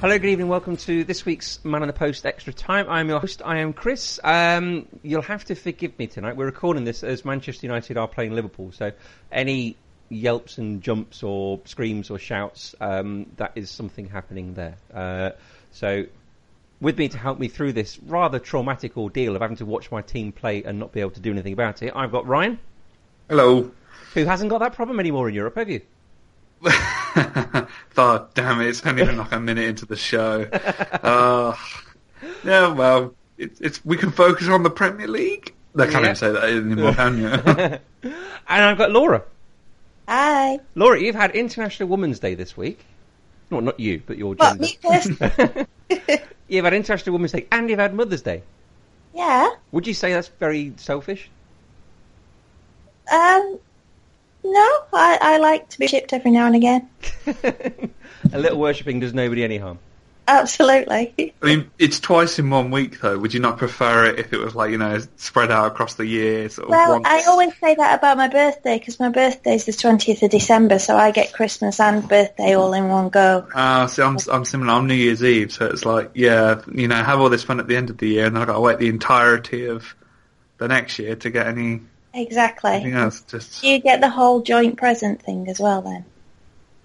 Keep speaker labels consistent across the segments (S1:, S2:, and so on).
S1: Hello, good evening. Welcome to this week's Man on the Post Extra Time. I'm your host. I am Chris. Um, you'll have to forgive me tonight. We're recording this as Manchester United are playing Liverpool, so any yelps and jumps or screams or shouts, um, that is something happening there. Uh, so, with me to help me through this rather traumatic ordeal of having to watch my team play and not be able to do anything about it, I've got Ryan,
S2: Hello.
S1: who hasn't got that problem anymore in Europe, have you?
S2: Oh, damn it. It's only been like a minute into the show. Uh, yeah, well, it's, it's we can focus on the Premier League. I can't
S1: Yeah.
S2: even say that anymore, can you?
S1: And I've got Laura.
S3: Hi.
S1: Laura, you've had International Women's Day this week. Well, not you, but your
S3: What,
S1: gender.
S3: me first?
S1: You've had International Women's Day and you've had Mother's Day.
S3: yeah.
S1: Would you say that's very selfish?
S3: Um, no, I, I like to be shipped every now and again.
S1: A little worshipping does nobody any harm.
S3: Absolutely.
S2: I mean, it's twice in one week, though. Would you not prefer it if it was like, you know, spread out across the year? Sort of
S3: Well,
S2: once?
S3: I always say that about my birthday because my birthday's the 20th of December, so I get Christmas and birthday all in one go.
S2: Ah, see, I'm I'm similar. I'm New Year's Eve, so it's like, yeah, you know, have all this fun at the end of the year, and then I've got to wait the entirety of the next year to get any anything
S3: Exactly.
S2: else. Just
S3: Do you get the whole joint present thing as well then?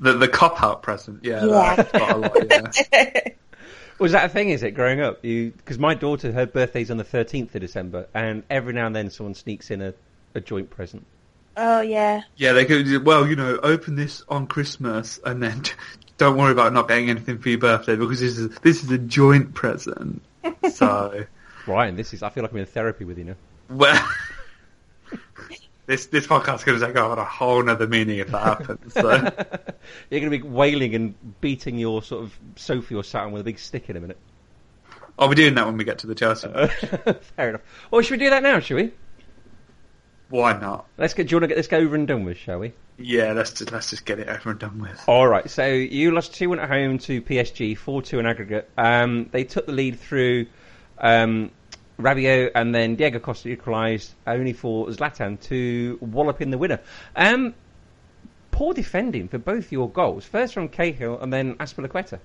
S2: the the cop out present, yeah.
S3: Yeah.
S2: That's what I like, yeah.
S1: Was that a thing, is it, growing up? Because my daughter, her birthday's on the 13th of December, and every now and then someone sneaks in a, a joint present.
S3: oh, yeah.
S2: Yeah, they could. Well, you know, open this on Christmas, and then don't worry about not getting anything for your birthday because this is this is a joint present. So,
S1: Ryan, this is, I feel like I'm in therapy with you now.
S2: well, this this podcast's going to take on a whole nother meaning if that happens. So,
S1: You're going to be wailing and beating your sort of Sophie or Saturn with a big stick in a minute.
S2: I'll be doing that when we get to the Chelsea.
S1: Fair enough. Well, should we do that now, shall we?
S2: Why not?
S1: Let's get, do you want to get this over and done with, shall we?
S2: Yeah, let's just let's just get it over and done with.
S1: All right. So you lost two one at home to PSG, four two in aggregate. Um, they took the lead through um, Rabiot, and then Diego Costa equalised only for Zlatan to wallop in the winner. Um, poor defending for both your goals. First from Cahill, and then Aspilicueta.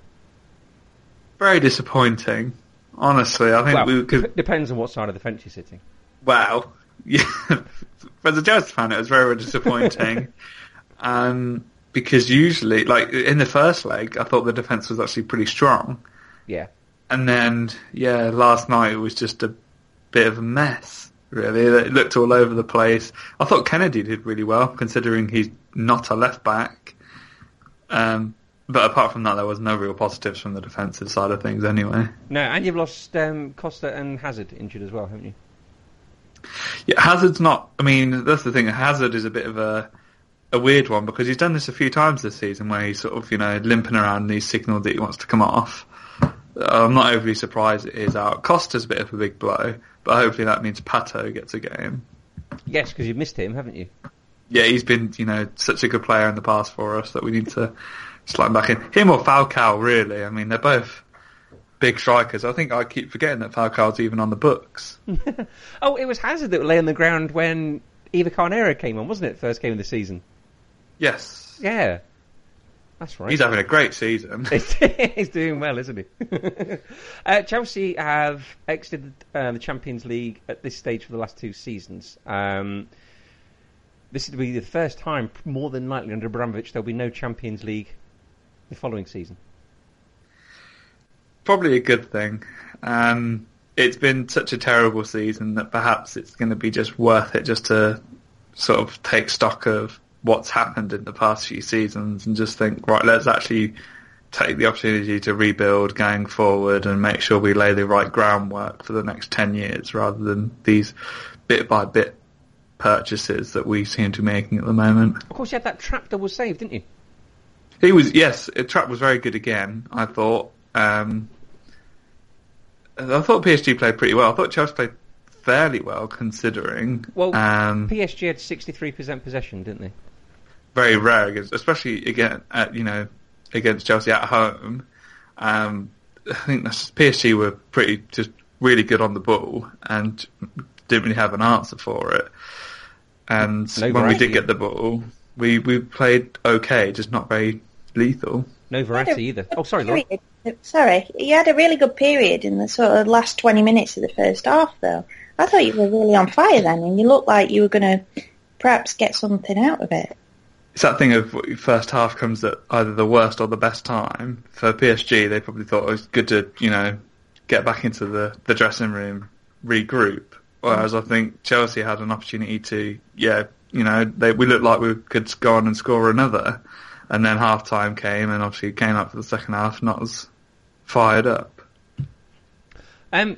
S2: Very disappointing, honestly. I think
S1: Well,
S2: we could.
S1: dep- depends on what side of the fence you're sitting.
S2: Wow. Yeah. As a jazz fan, it was very, very disappointing. um, because usually, like, in the first leg, I thought the defence was actually pretty strong.
S1: Yeah.
S2: And then, yeah, last night it was just a bit of a mess, really. It looked all over the place. I thought Kennedy did really well, considering he's not a left back. Um, but apart from that, there was no real positives from the defensive side of things anyway.
S1: No, and you've lost um, Costa and Hazard injured as well, haven't you?
S2: Yeah, Hazard's not. I mean, that's the thing. Hazard is a bit of a a weird one because he's done this a few times this season, where he's sort of you know limping around and he's signalled that he wants to come off. Uh, I'm not overly surprised it is out. Costa's a bit of a big blow, but hopefully that means Pato gets a game.
S1: Yes, because you've missed him, haven't you?
S2: Yeah, he's been you know such a good player in the past for us that we need to slide him back in. Him or Falcao, really. I mean, they're both big strikers. I think I keep forgetting that Falcao's even on the books.
S1: Oh, it was Hazard that lay on the ground when Eva Carnera came on, wasn't it? First game of the season.
S2: Yes,
S1: Yeah. That's right.
S2: he's having a great season.
S1: He's doing well, isn't he? uh, Chelsea have exited uh, the Champions League at this stage for the last two seasons. Um, this will be the first time, more than likely, under Abramovich, there'll be no Champions League the following season.
S2: probably a good thing. Um, it's been such a terrible season that perhaps it's going to be just worth it just to sort of take stock of what's happened in the past few seasons and just think, right, let's actually take the opportunity to rebuild going forward and make sure we lay the right groundwork for the next 10 years rather than these bit by bit purchases that we seem to be making at the moment.
S1: Of course, you had that trap that was saved, didn't you?
S2: He was, yes, uh, Trap was very good again, I thought. Um, I thought PSG played pretty well. I thought Chelsea played fairly well considering.
S1: Well,
S2: um,
S1: PSG had 63% possession, didn't they?
S2: very rare against, especially again at you know against Chelsea at home. Um, I think that's, PSG were pretty just really good on the ball and didn't really have an answer for it. And
S1: No
S2: when we
S1: variety.
S2: did get the ball, we we played okay, just not very lethal.
S1: No
S3: had
S1: Verratti
S3: a
S1: either.
S3: good
S1: Oh, sorry, Laura.
S3: period. Sorry, you had a really good period in the sort of last 20 minutes of the first half, though. I thought you were really on fire then, and you looked like you were going to perhaps get something out of it.
S2: It's that thing of first half comes at either the worst or the best time. For PSG, they probably thought it was good to, you know, get back into the, the dressing room, regroup. Whereas I think Chelsea had an opportunity to, yeah, you know, they, we looked like we could go on and score another. And then half time came and obviously came up for the second half, not as fired up.
S1: Um,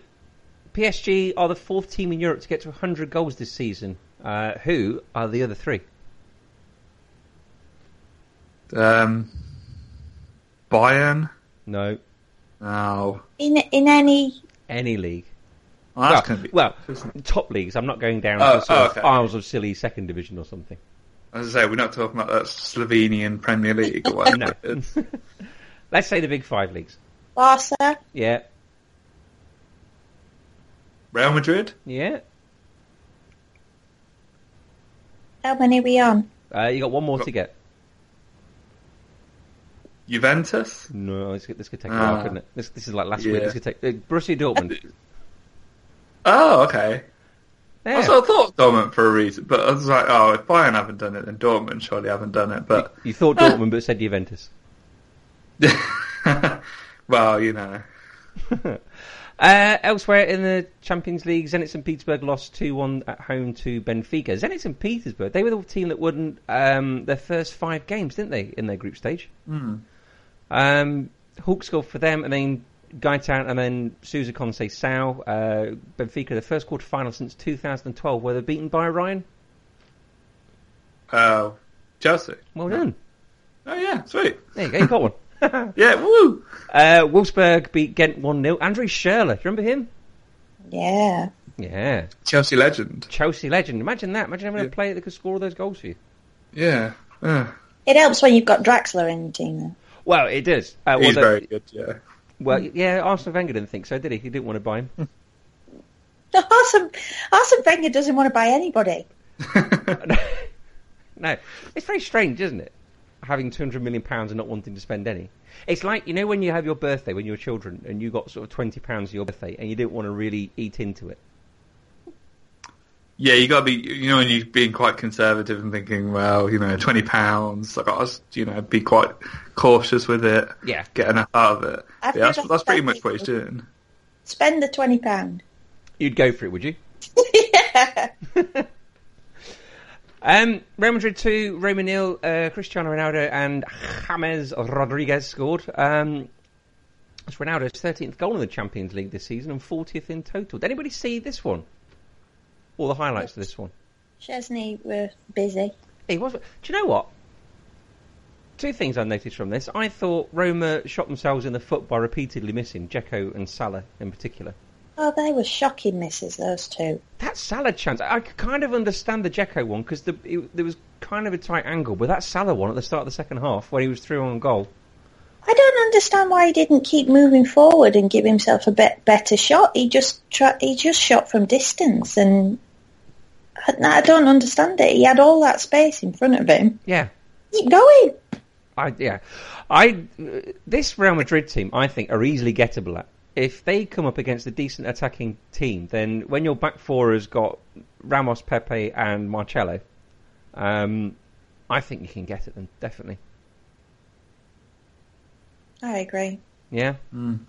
S1: PSG are the fourth team in Europe to get to 100 goals this season. Uh, who are the other three?
S2: Um, Bayern?
S1: No,
S2: No.
S3: In in any,
S1: any league.
S2: Well, that's
S1: well,
S2: Ah, gonna be,
S1: well, top leagues. I'm not going down
S2: Oh,
S1: to sort
S2: oh,
S1: of
S2: okay.
S1: Isles of Silly second division or something.
S2: as I say, we're not talking about that Slovenian Premier League or whatever.
S1: No.
S2: It's-
S1: Let's say the big five leagues.
S3: Barca,
S1: Yeah,
S2: Real Madrid?
S1: yeah.
S3: how many are we on?
S1: Uh, you got one more to get.
S2: Juventus?
S1: No, this could, this could take a
S2: Ah.
S1: while, couldn't it? This, this is like last week.
S2: Yeah.
S1: This could take uh, Borussia Dortmund.
S2: Oh, okay.
S1: Yeah.
S2: I sort of thought Dortmund for a reason, but I was like, oh, if Bayern haven't done it, then Dortmund surely haven't done it. But
S1: you thought Dortmund, but said Juventus.
S2: well, you know,
S1: Uh, elsewhere in the Champions League, Zenit St. Petersburg lost 2 1 at home to Benfica. Zenit St. Petersburg, they were the team that won um, their first five games, didn't they, in their group stage? Um, Hawk scored for them, and then Gaetan, and then Sousa Conce Sao. Uh, Benfica, the first quarter final since 2012, were they beaten by Ryan?
S2: oh, Chelsea.
S1: Well done.
S2: Oh yeah, sweet.
S1: There you go, you got one.
S2: Yeah, woo.
S1: Uh, Wolfsburg beat Ghent 1 0. Andre Schürrle, do you remember him?
S3: Yeah.
S1: Yeah.
S2: Chelsea legend.
S1: Chelsea legend. Imagine that. Imagine having a
S2: Yeah.
S1: player that could score all those goals for you.
S2: Yeah, Uh, yeah.
S3: It helps when you've got Draxler in the team, though.
S1: Well, it does. Uh, well,
S2: he's
S1: the-
S2: very good. Yeah,
S1: well, yeah, Arsenal Wenger didn't think so, did he? He didn't want to buy him.
S3: Arsene, Arsene Wenger doesn't want to buy anybody.
S1: no, it's very strange, isn't it? Having two hundred million pounds and not wanting to spend any. It's like you know when you have your birthday when you were children and you got sort of twenty pounds for your birthday and you didn't want to really eat into it.
S2: yeah. You gotta be, you know, when you're being quite conservative and thinking, well, you know, twenty pounds. I gotta, you know, be quite cautious with it.
S1: Yeah.
S2: get enough out of it.
S3: I've
S2: yeah, that's,
S3: heard
S2: that's pretty
S3: that
S2: much what he's
S3: before.
S2: doing.
S3: Spend the twenty pound.
S1: You'd go for it, would you?
S3: yeah.
S1: Um, Real Madrid 2, Roman Neal, uh, Cristiano Ronaldo and James Rodriguez scored. Um, it's Ronaldo's 13th goal in the Champions League this season and 40th in total. Did anybody see this one? All the highlights of this one.
S3: Chesney were busy.
S1: He was. Do you know what? Two things I noticed from this. I thought Roma shot themselves in the foot by repeatedly missing Jeko and Salah in particular.
S3: Oh, they were shocking misses, those two.
S1: That Salah chance, I could kind of understand the Jeko one because the, it- there was kind of a tight angle, but that Salah one at the start of the second half when he was through on goal.
S3: I don't understand why he didn't keep moving forward and give himself a bet better shot. He just tra- he just shot from distance, and I, I don't understand it. He had all that space in front of him.
S1: Yeah,
S3: Keep going.
S1: I yeah, I this Real Madrid team I think are easily gettable at. If they come up against a decent attacking team, then when your back four has got Ramos, Pepe, and Marcello, um, I think you can get at them definitely.
S3: I agree.
S1: Yeah. Um,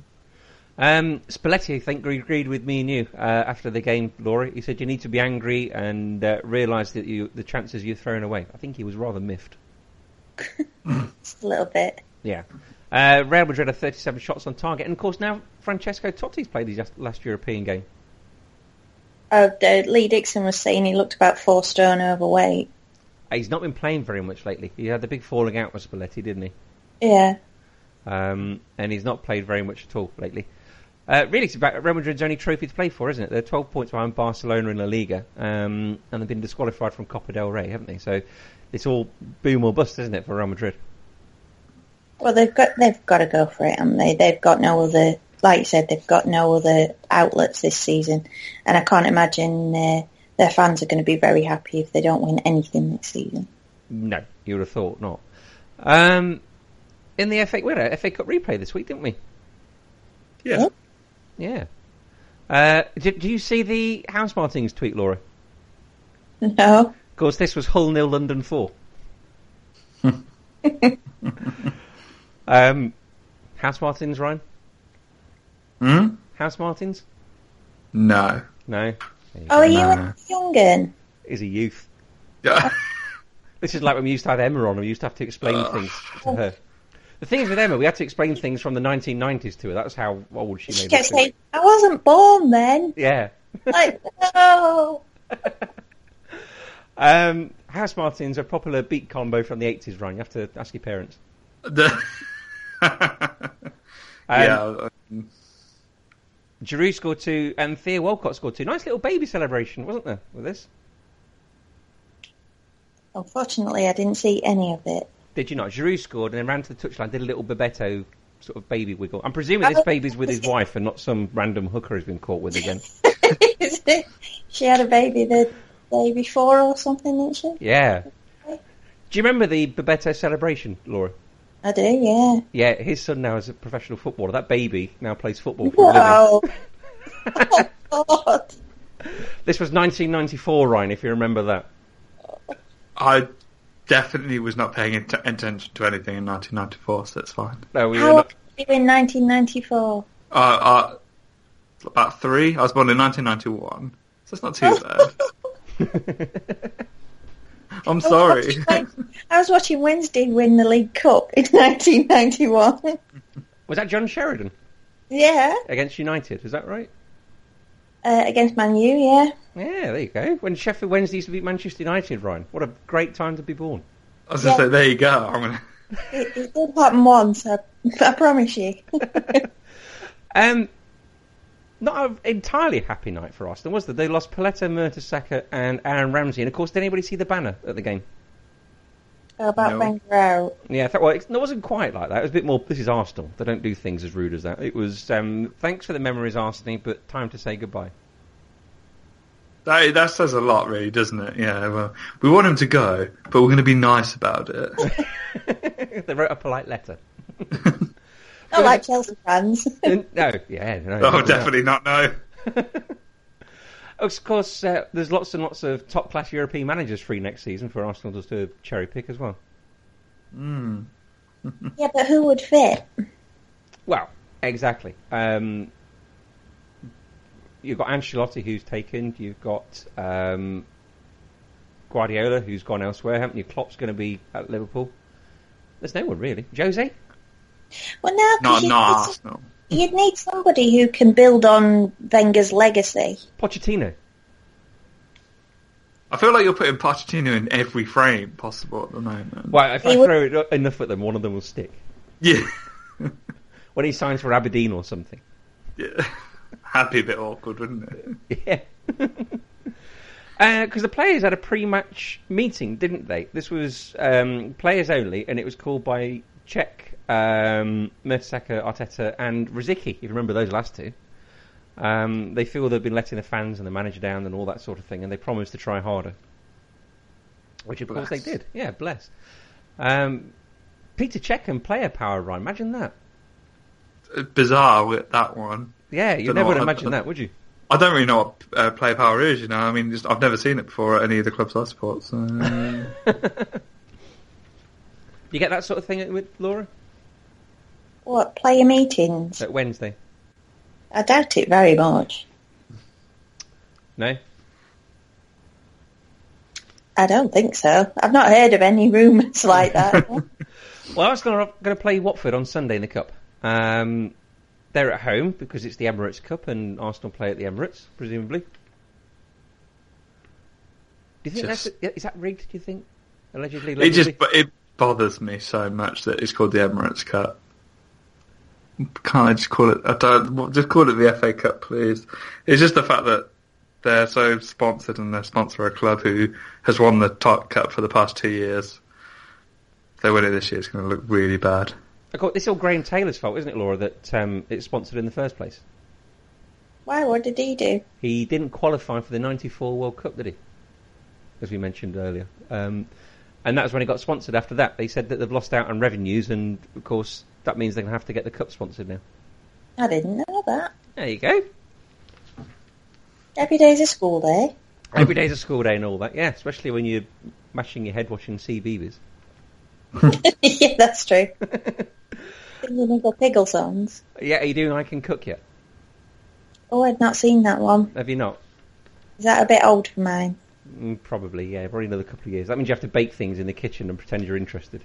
S1: Spalletti, I think, agreed with me and you uh, after the game, Laura. He said you need to be angry and uh, realise that you, the chances you're throwing away. I think he was rather miffed.
S3: Just a little bit.
S1: Yeah. Uh, Real Madrid had 37 shots on target, and of course now Francesco Totti's played his last European game.
S3: Uh, the- Lee Dixon was saying he looked about four stone overweight.
S1: Uh, He's not been playing very much lately. He had the big falling out with Spalletti, didn't he?
S3: Yeah.
S1: Um, and he's not played very much at all lately. Uh, really, it's about Real Madrid's only trophy to play for, isn't it? They're 12 points behind Barcelona in La Liga, um, and they've been disqualified from Copa del Rey, haven't they? So it's all boom or bust, isn't it, for Real Madrid?
S3: Well, they've got they've got to go for it, haven't they? They've got no other, like you said, they've got no other outlets this season, and I can't imagine uh, their fans are going to be very happy if they don't win anything this season.
S1: No, you would have thought not. Um, in the FA, we had a FA Cup replay this week, didn't we?
S2: Yeah.
S1: Yeah. Uh, did, do you see the House Martins tweet, Laura? Of
S3: No,
S1: course, this was Hull nil London four. um, House Martins, Ryan.
S2: Hmm?
S1: House Martins?
S2: No.
S1: No. There you go.
S3: oh, are you
S2: No.
S3: a young un?
S1: He's a youth.
S2: Yeah.
S1: This is like when we used to have Emma on and we used to have to explain things to her. The thing is with Emma, we had to explain things from the 1990s to her. That's how old she
S3: She
S1: made
S3: kept
S1: us feel.
S3: saying, "I wasn't born then."
S1: Yeah.
S3: Like, no.
S1: Um, House Martins are a popular beat combo from the 80s, Ryan. You have to ask your parents.
S2: The-
S1: Um,
S2: yeah.
S1: Giroud scored two and Thea Walcott scored two. Nice little baby celebration, wasn't there, with this?
S3: Unfortunately, I didn't see any of it.
S1: Did you not? Giroud scored and then ran to the touchline, did a little Bebeto sort of baby wiggle. I'm presuming this
S3: Oh.
S1: baby's with his wife and not some random hooker who's been caught with again.
S3: she had a baby the day before or something, didn't she?
S1: Yeah. Do you remember the Bebeto celebration, Laura?
S3: I do, yeah.
S1: Yeah, his son now is a professional footballer. That baby now plays football for a living.
S3: Wow. oh, God.
S1: This was 1994, Ryan, if you remember that.
S2: I definitely was not paying att- attention to anything in 1994, so it's fine.
S1: No, we were
S3: How old
S1: not.
S3: were you in 1994?
S2: Uh, uh, about three. I was born in 1991, so it's not too bad. I'm sorry.
S3: I was watching Wednesday win the League Cup in 1991.
S1: Was that John Sheridan
S3: yeah,
S1: against United? Is that right?
S3: uh, against Man U, yeah.
S1: Yeah, there you go. When Sheffield Wednesday used to beat Manchester United, Ryan. What a great time to be born.
S2: I was just
S3: Yeah.
S2: like, there you go. I'm gonna...
S3: It, it did happen once, I, I promise you.
S1: Um, not an entirely happy night for Arsenal, was there? They lost Paletta, Mertesacker and Aaron Ramsey. And, of course, did anybody see the banner at the game?
S3: How about
S2: No.
S3: Ben Grau?
S1: Yeah, I thought, well, it wasn't quite like that. It was a bit more. This is Arsenal. They don't do things as rude as that. It was um, thanks for the memories, Arsenal, but time to say goodbye.
S2: That, that says a lot, really, doesn't it? Yeah, well, we want him to go, but we're going to be nice about it.
S1: they wrote a polite letter.
S3: Not like Chelsea fans.
S1: no, yeah, no.
S2: oh,
S1: no.
S2: definitely not, no.
S1: Of course, uh, there's lots and lots of top-class European managers free next season for Arsenal just to cherry pick as well.
S3: yeah, but who would fit?
S1: Well, exactly. Um, you've got Ancelotti who's taken. You've got um, Guardiola who's gone elsewhere, haven't you? Klopp's going to be at Liverpool. There's no one really. Jose.
S3: Well, no,
S2: Not,
S3: 'cause you'd,
S2: not
S3: need some-
S2: Arsenal.
S3: you'd need somebody who can build on Wenger's legacy.
S1: Pochettino.
S2: I feel like you're putting Pochettino in every frame possible at the moment.
S1: Well, if I
S3: He would-
S1: throw it enough at them, one of them will stick.
S2: Yeah.
S1: When he signs for Aberdeen or something.
S2: yeah. That'd be a bit awkward, wouldn't it?
S1: Yeah. Because the players had a pre-match meeting, didn't they? This was um, players only, and it was called by Czech, um, Mertesacker, Arteta, and Riziki. If you remember those last two, um, they feel they've been letting the fans and the manager down and all that sort of thing, and they promised to try harder, which of course
S2: Bless.
S1: they did. Yeah, bless. Um, Peter Cech and player power, Ryan. Imagine that.
S2: Bizarre with that one.
S1: Yeah, you
S2: Don't know
S1: never would
S2: what-
S1: imagine that, would you?
S2: I don't really know what uh, play power is, you know. I mean, just, I've never seen it before at any of the clubs I support. So.
S1: You get that sort of thing with Laura
S3: What, player meetings?
S1: at Wednesday.
S3: I doubt it very much.
S1: No?
S3: I don't think so. I've not heard of any rumours like that.
S1: Well, I was going to play Watford on Sunday in the Cup. Um, they're at home because it's the Emirates Cup and Arsenal play at the Emirates, presumably. Do you think that's
S2: Just-
S1: is that rigged? Do you think allegedly?
S2: It
S1: allegedly?
S2: just it bothers me so much that it's called the Emirates Cup. Can't I just call it? I don't what- just call it the FA Cup, please. It's just the fact that they're so sponsored and they sponsor a club who has won the top cup for the past two years. If they win it this year, it's going to look really bad.
S1: Of course, it's all Graham Taylor's fault, isn't it, Laura? That um, it's sponsored in the first place.
S3: Why? What did he do?
S1: He didn't qualify for the '94 World Cup, did he? As we mentioned earlier, um, and that's when it got sponsored. After that, they said that they've lost out on revenues, and of course, that means they're going to have to get the cup sponsored now.
S3: I didn't know that.
S1: There you go.
S3: Every day's a school day.
S1: Every day's a school day and all that. Yeah, especially when you're mashing your head washing sea beavers.
S3: yeah, that's true. Singing little piggle songs.
S1: Yeah, are you doing I Can Cook yet?
S3: Oh, I'd not seen that one.
S1: Have you not?
S3: Is that a bit old for mine?
S1: Mm, probably, yeah. Probably another couple of years. That means you have to bake things in the kitchen and pretend you're interested.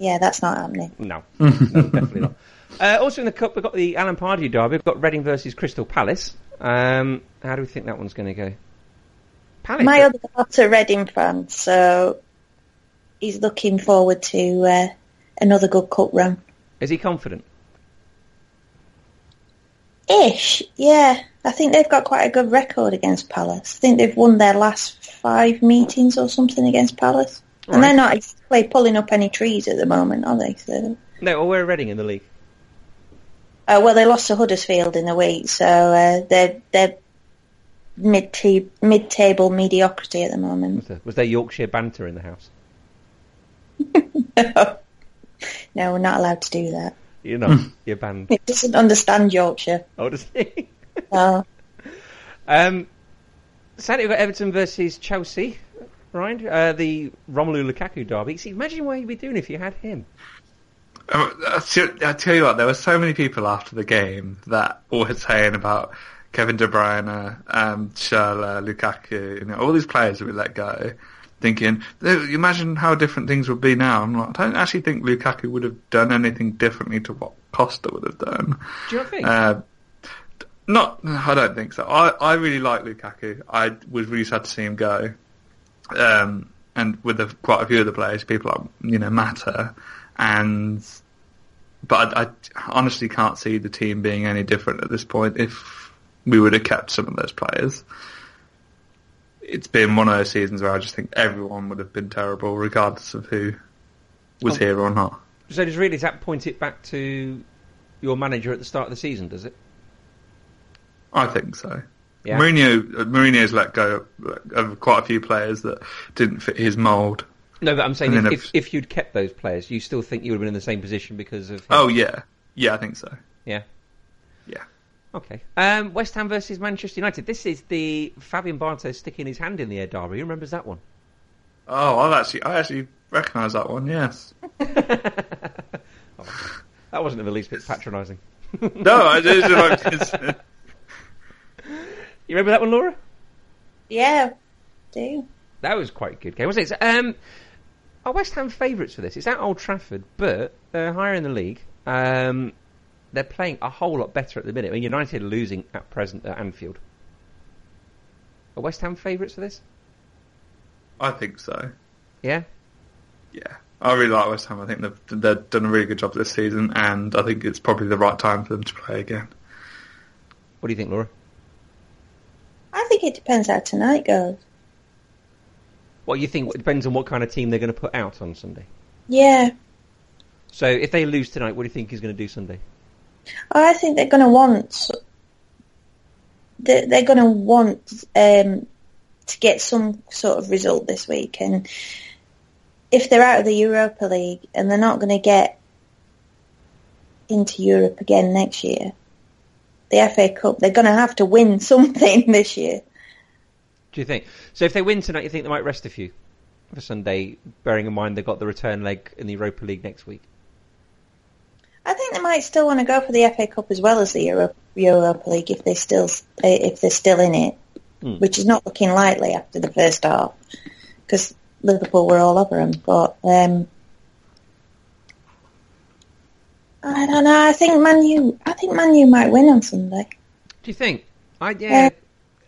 S3: Yeah, that's not happening.
S1: No, no definitely not. Uh, also in the cup, we've got the Alan Pardew derby. We've got Reading versus Crystal Palace. Um, how do we think that one's going to go? Palace. uh,
S3: My other dad's a Reading fan, so he's looking forward to uh, another good cup run.
S1: Is he confident?
S3: Ish, yeah. I think they've got quite a good record against Palace. I think they've won their last five meetings or something against Palace. And they're not exactly pulling up any trees at the moment, are they? So,
S1: No, well, we're Reading in the league.
S3: uh, well, they lost to Huddersfield in the week, so uh, they're they're mid mid table mediocrity at the moment.
S1: Was there, was there Yorkshire banter in the house?
S3: no, we're not allowed to do that.
S1: You're not. you're banned.
S3: It doesn't understand Yorkshire.
S1: Oh, does he?
S3: So,
S1: Um, Saturday we've got Everton versus Chelsea, right? Uh, the Romelu Lukaku derby. See, imagine what you'd be doing if you had him.
S2: Um, I tell- I tell you what, there were so many people after the game that were saying about Kevin De Bruyne, um, Sherla, Lukaku, you know, all these players that we let go, thinking, "Look, imagine how different things would be now. I'm like, I don't actually think Lukaku would have done anything differently to what Costa would have done.
S1: Do you not think?
S2: Uh, not, I don't think so. I, I really like Lukaku. I was really sad to see him go. Um, and with the, quite a few of the players, people like, you know matter, and but I, I honestly can't see the team being any different at this point if we would have kept some of those players. It's been one of those seasons where I just think everyone would have been terrible, regardless of who was
S1: Oh.
S2: here or not.
S1: so does really does that point it back to your manager at the start of the season? Does it?
S2: I think so.
S1: Yeah.
S2: Mourinho uh, Mourinho's let go of quite a few players that didn't fit his mould.
S1: No, but I'm saying
S2: I mean,
S1: if,
S2: if-
S1: if, if you'd kept those players, you still think you would have been in the same position because of him?
S2: Oh yeah, yeah, I think so.
S1: yeah.
S2: Yeah.
S1: Okay. Um, West Ham versus Manchester United. This is the Fabian Barthez sticking his hand in the air derby. Who remembers that one?
S2: Oh, I actually, I actually recognise that one. Yes.
S1: That wasn't in the least bit patronising.
S2: No, I just, it's, it's-
S1: You remember that one, Laura?
S3: yeah, do.
S1: That was quite a good game, wasn't it? Um, are West Ham favourites for this? It's at Old Trafford, but they're higher in the league. Um, they're playing a whole lot better at the minute. I mean, United are losing at present at Anfield. Are West Ham favourites for this?
S2: I think so.
S1: Yeah.
S2: Yeah, I really like West Ham. I think they've, they've done a really good job this season, and I think it's probably the right time for them to play again.
S1: What do you think, Laura?
S3: I think it depends how tonight goes.
S1: What you think it depends on what kind of team they're going to put out on Sunday.
S3: Yeah,
S1: So if they lose tonight, what do you think he's going to do Sunday?
S3: I think they're going to want s- they- they're going to want um, to get some sort of result this week, and if they're out of the Europa League and they're not going to get into Europe again next year, the FA Cup, they're going to have to win something this year.
S1: Do you think? So if they win tonight, you think they might rest a few for Sunday, bearing in mind they've got the return leg in the Europa League next week.
S3: I think they might still want to go for the FA Cup as well as the Europa Europa League if they still eh, if they're still in it, which is not looking likely after the first half because Liverpool were all over them. But um, I don't know. I think Manu. I think Manu might win on Sunday.
S1: Do you think? I yeah.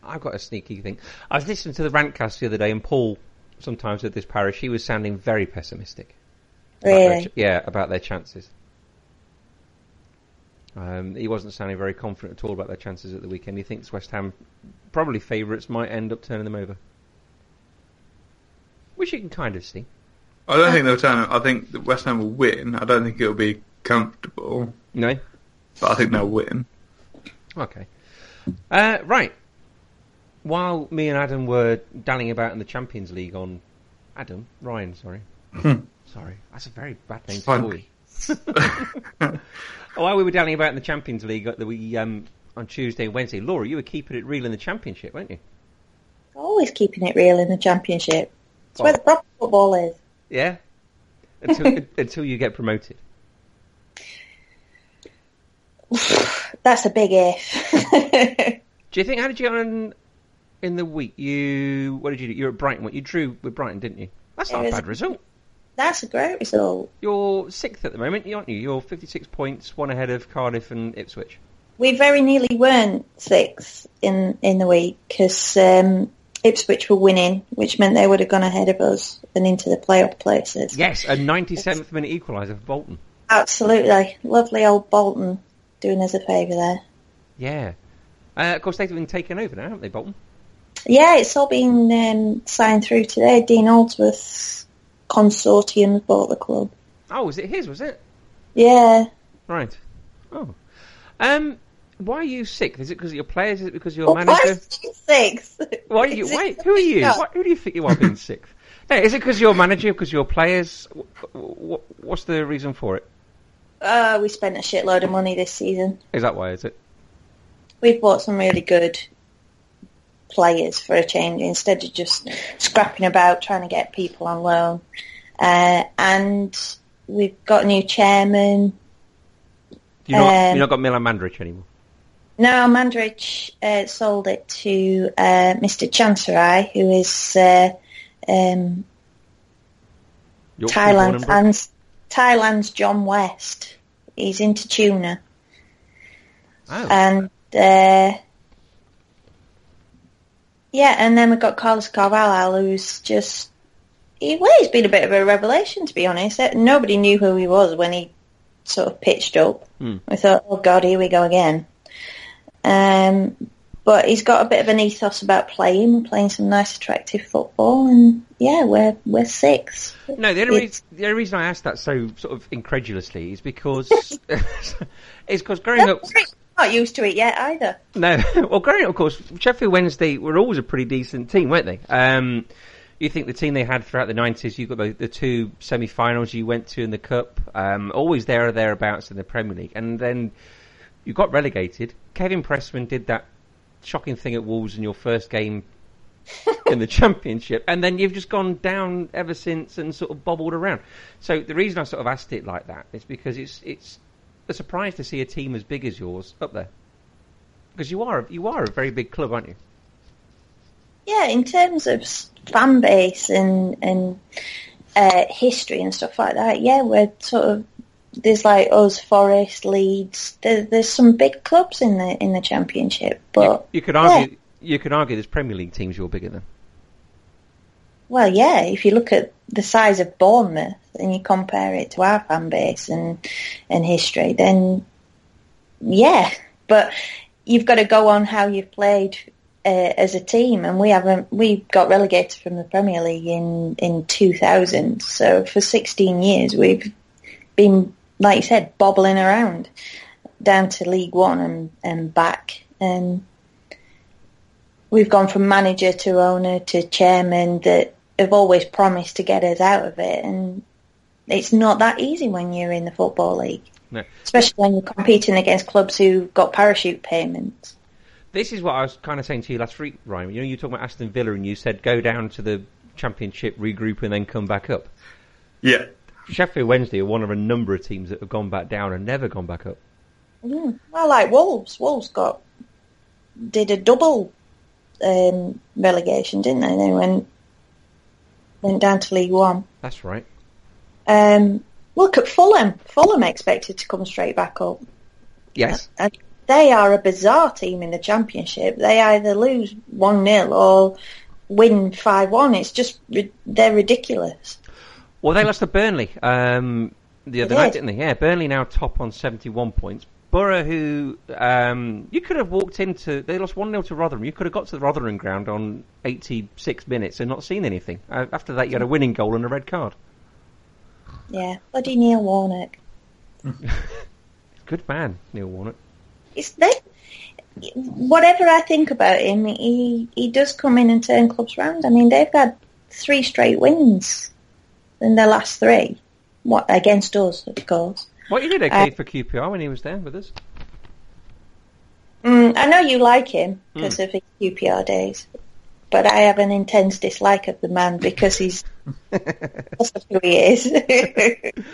S1: I've got a sneaky thing. I was listening to the rantcast the other day, and Paul, sometimes at this parish, he was sounding very pessimistic. about their
S3: Really,
S1: ch- yeah, about their chances. Um, he wasn't sounding very confident at all about their chances at the weekend. He thinks West Ham, probably favourites, might end up turning them over. Which you can kind of see.
S2: I don't think they'll turn. I think that West Ham will win. I don't think it'll be comfortable,
S1: No?
S2: but I think they'll win.
S1: Okay. Uh, right. While me and Adam were dallying about in the Champions League on Adam Ryan, sorry, sorry, that's a very bad name to
S2: Fine.
S1: call you. While we were dallying about in the Champions League at the, we, um, on Tuesday and Wednesday, Laura, you were keeping it real in the Championship, weren't you?
S3: always keeping it real in the Championship. It's where the proper football is.
S1: Yeah. Until until you get promoted.
S3: That's a big if.
S1: Do you think? How did you get on in the week? You what did you do? You were at Brighton. What you drew with Brighton, didn't you? That's
S3: It
S1: not a
S3: was-
S1: bad result.
S3: That's a great result.
S1: You're sixth at the moment, aren't you? You're 56 points, one ahead of Cardiff and Ipswich.
S3: We very nearly weren't sixth in in the week because um, Ipswich were winning, which meant they would have gone ahead of us and into the playoff places.
S1: Yes, a 97th minute equaliser for Bolton.
S3: Absolutely. Lovely old Bolton doing us a favour there.
S1: Yeah. Uh, of course, they've been taken over now, haven't they, Bolton?
S3: Yeah, it's all been um, signed through today. Dean Aldsworth's consortium bought the club.
S1: Oh, was it his? Was it?
S3: Yeah.
S1: Right. Oh. Um. Why are you sixth? Is it because of your players? Is it because of your
S3: Oh,
S1: manager?
S3: five, six.
S1: Why are you? Why, who are you? What, who do you think you are being sixth? No, is it because your manager? Because your players? What, what's the reason for it?
S3: Uh, we spent a shitload of money this season.
S1: Is that why? Is it?
S3: We've bought some really good players for a change instead of just scrapping about trying to get people on loan. Uh, and we've got a new chairman.
S1: You not
S3: Um,
S1: you not got Milan Mandrich anymore.
S3: Now Mandrich uh, sold it to uh, Mr. Chancerai, who is uh, um,
S1: Yorkshire born
S3: Thailand's
S1: and bred.
S3: and Thailand's John West. He's into tuna,
S1: Oh.
S3: and uh, yeah, and then we've got Carlos Carvalho, who's just he, well, he's been a bit of a revelation to be honest. Uh, Nobody knew who he was when he sort of pitched up.
S1: Hmm.
S3: I thought, oh god, here we go again. Um, but he's got a bit of an ethos about playing, playing some nice, attractive football, and yeah, we're we're six.
S1: No, the only,
S3: It's-
S1: reason, the only reason I asked that so sort of incredulously is because is because growing up,
S3: Not used to it yet either.
S1: no, well, growing up, of course, Sheffield Wednesday were always a pretty decent team, weren't they? Um, you think the team they had throughout the nineties? You got the, the two semi-finals you went to in the cup, um, always there or thereabouts in the Premier League, and then you got relegated. Kevin Pressman did that shocking thing at Wolves in your first game in the championship, and then you've just gone down ever since and sort of bobbled around. So the reason I sort of asked it like that is because it's it's a surprise to see a team as big as yours up there because you are you are a very big club, aren't you?
S3: Yeah, in terms of s- fan base and and uh, history and stuff like that, yeah, we're sort of there's like us, Forest, Leeds. There, there's some big clubs in the in the championship, but
S1: You could argue you could argue there's Premier League teams you're bigger than.
S3: Well, yeah, if you look at the size of Bournemouth and you compare it to our fan base and and history, then yeah, but you've got to go on how you've played uh, as a team, and we haven't. We got relegated from the Premier League in in 2000, so for 16 years we've been, like you said, bobbling around down to League One and and back, and we've gone from manager to owner to chairman that have always promised to get us out of it and it's not that easy when you're in the football league
S1: No.
S3: especially when you're competing against clubs who've got parachute payments
S1: This is what I was kind of saying to you last week, Ryan. You know, you were talking about Aston Villa, and you said go down to the Championship, regroup, and then come back up.
S2: Yeah,
S1: Sheffield Wednesday are one of a number of teams that have gone back down and never gone back up.
S3: Mm. Well, like Wolves. Wolves got did a double um, relegation, didn't they? They went went down to League One.
S1: That's right.
S3: Um, look at Fulham. Fulham expected to come straight back up.
S1: Yes.
S3: And they are a bizarre team in the championship. They either lose one 0 or win five one. It's just ri- they're ridiculous.
S1: Well, they lost to Burnley um, the other
S3: They
S1: night,
S3: did.
S1: didn't they? Yeah, Burnley now top on 71 points. Borough, who um, you could have walked into, they lost 1 0 to Rotherham. You could have got to the Rotherham ground on 86 minutes and not seen anything. Uh, after that, you had a winning goal and a red card.
S3: Yeah, bloody Neil Warnock.
S1: Good man, Neil Warnock.
S3: It's they. Whatever I think about him, he he does come in and turn clubs round. I mean, they've had three straight wins in their last three. What against us, of course.
S1: Well, he did okay
S3: Uh,
S1: for QPR when he was there with us.
S3: Mm, I know you like him because of his QPR days, but I have an intense dislike of the man because he's because of who he is.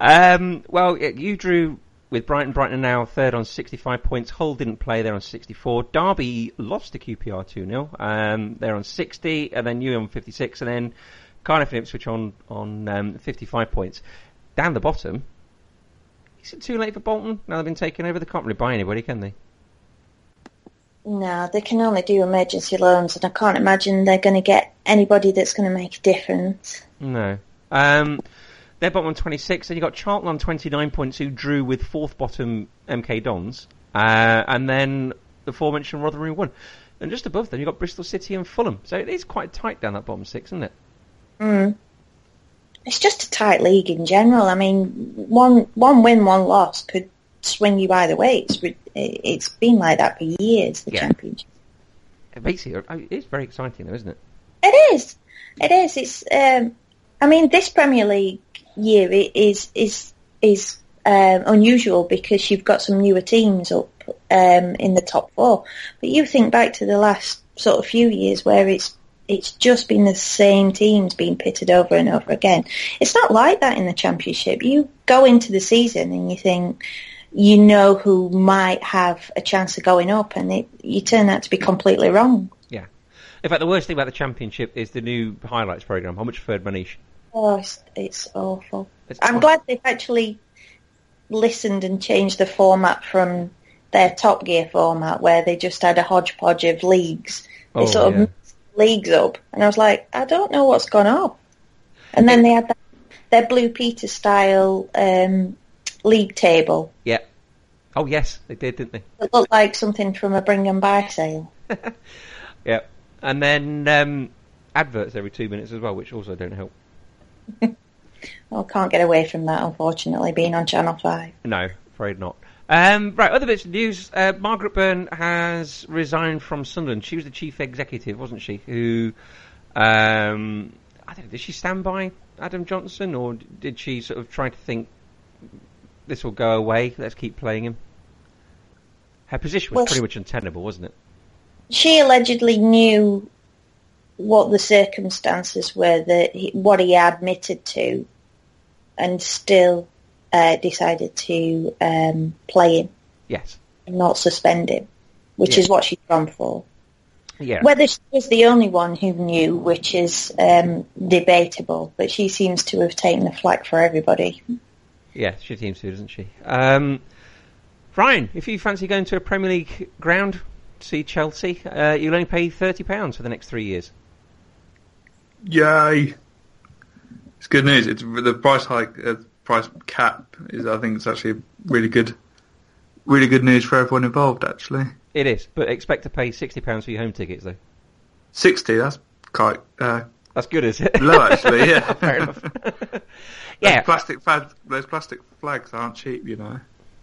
S1: Um, well, y- you drew with Brighton. Brighton are now third on 65 points. Hull didn't play. They're on 64. Derby lost to QPR 2 0. Um, they're on 60, and then you on 56, and then Cardiff and Ipswich on, on um, 55 points. Down the bottom, is it too late for Bolton? Now they've been taken over. They can't really buy anybody, can they?
S3: no, they can only do emergency loans, and I can't imagine they're going to get anybody that's going to make a difference.
S1: No. Um, they're bottom on 26, and you've got Charlton on 29 points, who drew with fourth bottom MK Dons, uh, and then the aforementioned Rotherham won. And just above them, you've got Bristol City and Fulham. So it is quite tight down that bottom six, isn't it?
S3: It's just a tight league in general. I mean, one one win, one loss could swing you either way. It's re- it- it's been like that for years. The
S1: Yeah.
S3: championship.
S1: It makes it, it's very exciting, though, isn't it?
S3: It is. It is. It's. Um, I mean, this Premier League year i- is is is um, unusual because you've got some newer teams up um, in the top four. But you think back to the last sort of few years where it's it's just been the same teams being pitted over and over again. It's not like that in the Championship. You go into the season and you think you know who might have a chance of going up, and it, you turn out to be completely wrong.
S1: Yeah. In fact, the worst thing about the Championship is the new highlights programme. How much preferred Manish?
S3: Oh, it's, it's awful.
S1: It's
S3: I'm
S1: awful.
S3: glad they've actually listened and changed the format from their Top Gear format, where they just had a hodgepodge of leagues. They
S1: Oh,
S3: sort of
S1: yeah.
S3: mixed leagues up, and I was like, I don't know what's gone on. And then they had that, their Blue Peter style um, league table
S1: Yeah. Oh, yes, they did, didn't they?
S3: that looked like something from a bring and buy sale.
S1: Yeah. And then um, adverts every two minutes as well, which also don't help.
S3: I can't get away from that, unfortunately, being on Channel Five.
S1: No, afraid not. Um, right, other bits of news. Uh, Margaret Byrne has resigned from Sunderland. She was the chief executive, wasn't she? Who, um, I don't know, did she stand by Adam Johnson or d- did she sort of try to think this will go away, let's keep playing him? Her position was
S3: Well,
S1: pretty
S3: she-
S1: much untenable, wasn't it?
S3: she allegedly knew what the circumstances were that he, what he admitted to, and still uh, decided to um, play him
S1: Yes.
S3: and not suspend him, which
S1: Yeah.
S3: is what she's gone for.
S1: Yeah.
S3: Whether she was the only one who knew, which is um, debatable, but she seems to have taken the flak for everybody.
S1: Yeah, she seems to, doesn't she? Um, Ryan, if you fancy going to a Premier League ground to see Chelsea, uh, you'll only pay £30 for the next three years.
S2: Yay! It's good news. It's the price hike, uh, price cap is. I think it's actually really good, really good news for everyone involved. Actually,
S1: It is, but expect to pay £60 for your home tickets, though.
S2: sixty. That's quite uh,
S1: That's good, is it?
S2: low, actually. Yeah.
S1: Fair enough. yeah.
S2: Those plastic flags. Those plastic flags aren't cheap, you know.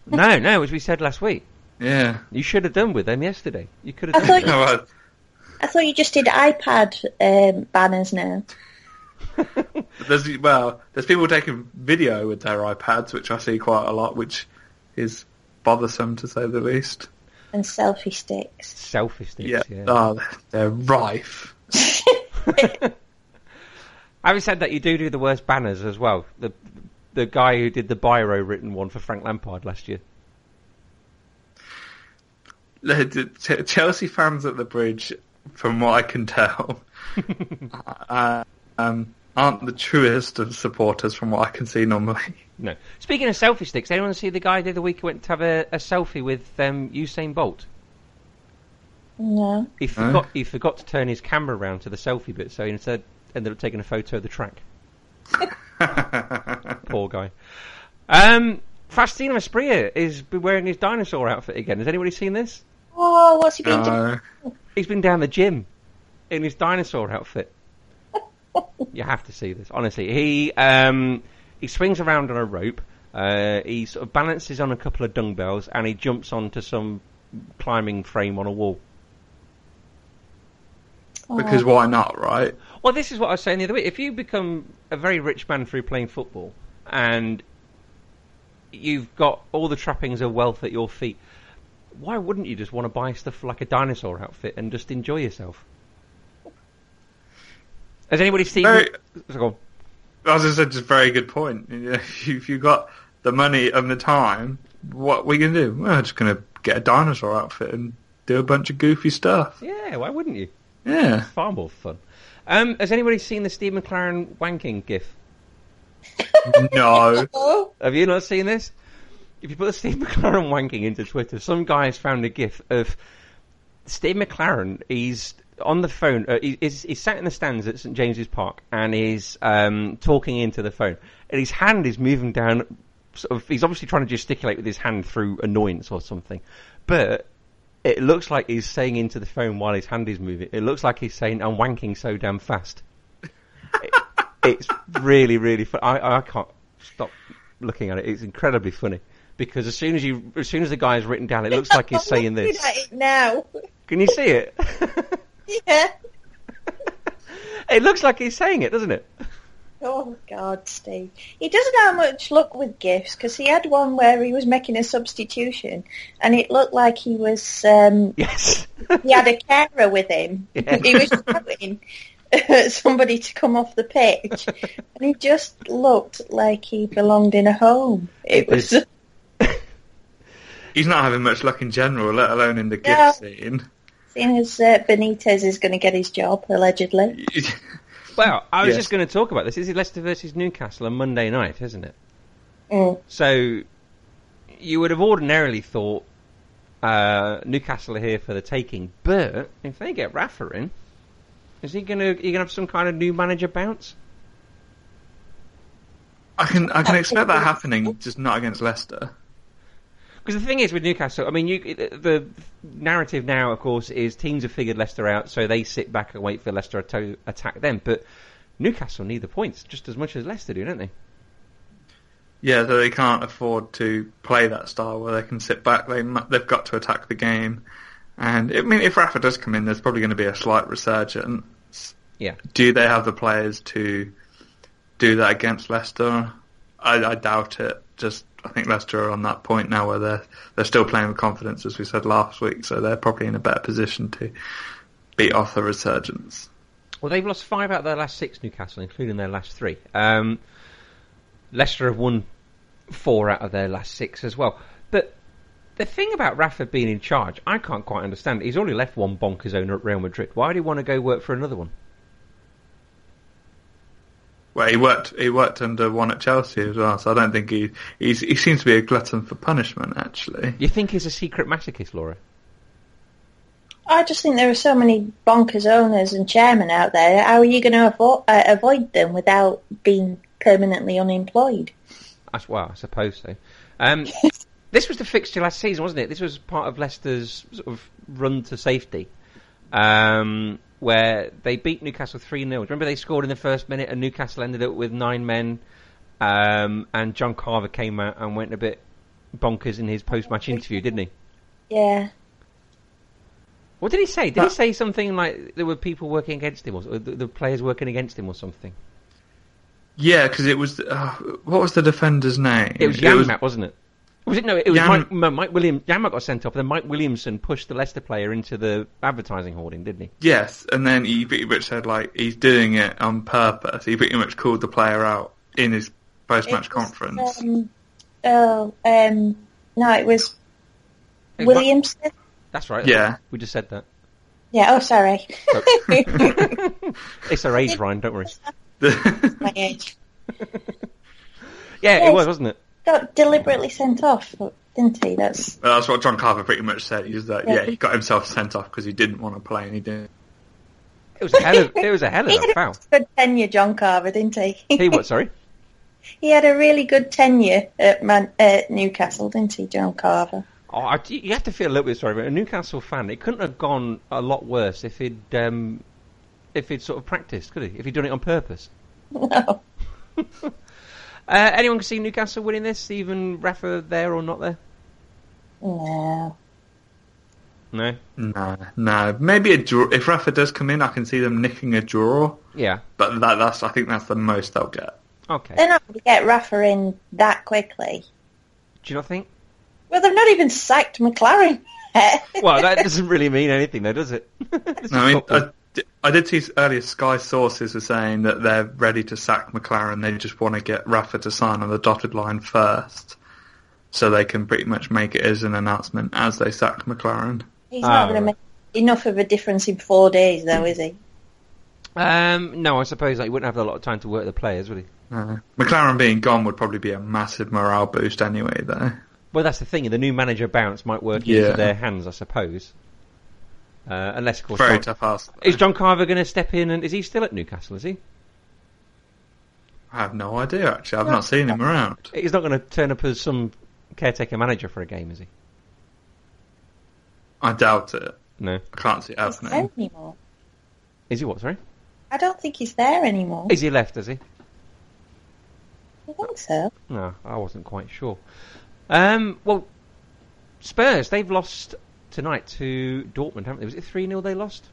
S1: No, no, as we said last week,
S2: Yeah.
S1: you should have done with them yesterday. You could have
S3: I
S1: done with
S3: thought-
S1: them.
S2: No, I-
S3: I thought you just did iPad um, banners now.
S2: There's well, there's people taking video with their iPads, which I see quite a lot, which is bothersome to say the least.
S3: And selfie sticks.
S1: Selfish things,
S2: Yeah,
S1: yeah.
S2: Oh, they're rife.
S1: Having said that, you do do the worst banners as well. The the guy who did the biro written one for Frank Lampard last year.
S2: the- the Ch- Chelsea fans at the bridge, from what I can tell, uh, um, aren't the truest of supporters from what I can see normally.
S1: No. Speaking of selfie sticks, did anyone see the guy the other week who went to have a, a selfie with um, Usain Bolt?
S3: No.
S1: He forgot. He forgot to turn his camera around to the selfie bit, so he instead ended up taking a photo of the track. Poor guy. Um, Faustino Espria is be wearing his dinosaur outfit again. Has anybody seen this?
S3: Oh, what's he been
S1: Uh,
S3: doing?
S2: No.
S1: He's been down the gym in his dinosaur outfit. you have to see this. Honestly, he um, he swings around on a rope. Uh, he sort of balances on a couple of dumbbells, and he jumps onto some climbing frame on a wall.
S2: because why not, right?
S1: Well, this is what I was saying the other week. If you become a very rich man through playing football and you've got all the trappings of wealth at your feet, why wouldn't you just want to buy stuff like a dinosaur outfit and just enjoy yourself? Has anybody seen?
S2: Very-
S1: So go on.
S2: As I said, just a very good point. You know, If you got the money and the time, what we can do? Well, we're just gonna get a dinosaur outfit and do a bunch of goofy stuff.
S1: Yeah, why wouldn't you?
S2: Yeah.
S1: Far more fun. Um, has anybody seen the Steve McLaren wanking gif?
S2: No.
S3: Oh,
S1: Have you not seen this? If you put Steve McLaren wanking into Twitter, some guy has found a gif of Steve McLaren. He's on the phone. Uh, he, he's, he's sat in the stands at St James's Park and he's um, talking into the phone. And his hand is moving down. Sort of, he's obviously trying to gesticulate with his hand through annoyance or something, but it looks like he's saying into the phone while his hand is moving. It looks like he's saying, "I'm wanking so damn fast." It- it's really, really fun. I, I can't stop looking at it. It's incredibly funny because as soon as you, as soon as the guy has written down, it looks like he's
S3: I'm
S1: saying
S3: looking
S1: this.
S3: at it now.
S1: Can you see it?
S3: Yeah.
S1: it looks like he's saying it, doesn't it?
S3: Oh God, Steve. He doesn't have much luck with gifts because he had one where he was making a substitution, and it looked like he was um,
S1: Yes.
S3: he had a carer with him.
S1: Yeah.
S3: he was shouting at somebody to come off the pitch, and he just looked like he belonged in a home. It was
S1: It's-
S2: He's not having much luck in general, let alone in the gift
S3: No.
S2: scene.
S3: seeing as uh, Benitez is going to get his job allegedly.
S1: Well, I was
S2: Yes.
S1: just going to talk about this. This is Leicester versus Newcastle on Monday night, isn't it?
S3: Mm.
S1: So you would have ordinarily thought uh, Newcastle are here for the taking, but if they get Rafa in, is he going to? You going to have some kind of new manager bounce?
S2: I can I can expect that happening, just not against Leicester.
S1: Because the thing is with Newcastle, I mean, you, the- the narrative now, of course, is teams have figured Leicester out, so they sit back and wait for Leicester to attack them. But Newcastle need the points just as much as Leicester do, don't they?
S2: Yeah, so they can't afford to play that style where they can sit back. They mu- they've got to attack the game, and I mean, if Rafa does come in, there's probably going to be a slight resurgence.
S1: Yeah.
S2: Do they have the players to do that against Leicester? I, I doubt it. Just I think Leicester are on that point now where they're they're still playing with confidence, as we said last week. So they're probably in a better position to beat off the resurgence.
S1: Well, they've lost five out of their last six, Newcastle, including their last three. Um, Leicester have won four out of their last six as well. But the thing about Rafa being in charge, I can't quite understand. He's already left one bonkers owner at Real Madrid. Why do you want to go work for another one?
S2: Well, he worked he worked under one at Chelsea as well, so I don't think he he's, he seems to be a glutton for punishment. Actually,
S1: You think he's a secret masochist, Laura?
S3: I just think there are so many bonkers owners and chairmen out there. How are you going to avo- uh, avoid them without being permanently unemployed?
S1: I s- well, I suppose so. Um, this was the fixture last season, wasn't it? This was part of Leicester's sort of run to safety, um, where they beat Newcastle 3 0. Remember, they scored in the first minute, and Newcastle ended up with nine men, um, and John Carver came out and went a bit bonkers in his post match interview, didn't he?
S3: Yeah.
S1: What did he say? Did he say something like there were people working against him, or s- or the, the players working against him, or something?
S2: yeah, because it was uh, what was the defender's name?
S1: It was Yanmat, was... not it? Was it no? It was
S2: Yan-
S1: Mike, no, Mike Williams. Yanmat got sent off, and then Mike Williamson pushed the Leicester player into the advertising hoarding, didn't he?
S2: yes, and then he pretty much said like he's doing it on purpose. He pretty much called the player out in his post match
S3: It was,
S2: conference.
S3: Um, oh, um, no, it was
S1: It was-
S3: Williamson.
S1: That's right.
S2: Yeah.
S1: We just said that.
S3: Yeah, oh, sorry.
S1: It's our age, Ryan, don't worry.
S3: My age.
S1: Yeah, it was, wasn't it?
S3: Got deliberately sent off, didn't he? That's
S2: Well, that's what John Carver pretty much said. He's that
S3: Yeah.
S2: yeah, he got himself sent off because he didn't want to play and he didn't.
S1: It was a hell of, it was a hell of
S3: he had
S1: a
S3: a
S1: foul.
S3: good tenure, John Carver, didn't he?
S1: He what, sorry?
S3: He had a really good tenure at Man- uh, Newcastle, didn't he, John Carver?
S1: Oh, I, you have to feel a little bit sorry, but a Newcastle fan, it couldn't have gone a lot worse if he'd um, if he'd sort of practiced, could he? If he'd done it on purpose.
S3: No.
S1: Uh, anyone can see Newcastle winning this, even Rafa there or not there?
S3: No.
S1: No.
S2: No, no. Maybe a draw. If Rafa does come in, I can see them nicking a draw.
S1: Yeah.
S2: But that, that's I think that's the most they'll get.
S1: Okay.
S3: They're not going to get Rafa in that quickly.
S1: Do you not think?
S3: Well, they've not even sacked McLaren yet.
S1: Well, that doesn't really mean anything, though, does it? This
S2: No,
S1: is
S2: I mean,
S1: football.
S2: I, di- I did see earlier Sky sources were saying that they're ready to sack McLaren. They just want to get Rafa to sign on the dotted line first, so they can pretty much make it as an announcement as they sack McLaren.
S3: He's not
S1: Ah,
S3: going to
S1: right.
S3: make enough of a difference in four days, though, is he?
S1: Um, no, I suppose like, he wouldn't have a lot of time to work the players, would he?
S2: No. Uh, McLaren being gone would probably be a massive morale boost anyway, though.
S1: Well, that's the thing. The new manager bounce might work
S2: Yeah.
S1: into their hands, I suppose. Uh, unless, of course,
S2: Very
S1: John-
S2: tough ask.
S1: is John Carver going to step in? And is he still at Newcastle? Is he?
S2: I have no idea actually. I've not seen him around.
S1: He's not going to turn up as some caretaker manager for a game, is he?
S2: I doubt it.
S1: No.
S2: I can't see it
S3: He's there
S2: happening.
S3: anymore.
S1: Is he what? Sorry.
S3: I don't think he's there anymore.
S1: Is he left? Is he?
S3: I think so.
S1: No, I wasn't quite sure. Um, well, Spurs they've lost tonight to Dortmund, haven't they? Was it three 0 they lost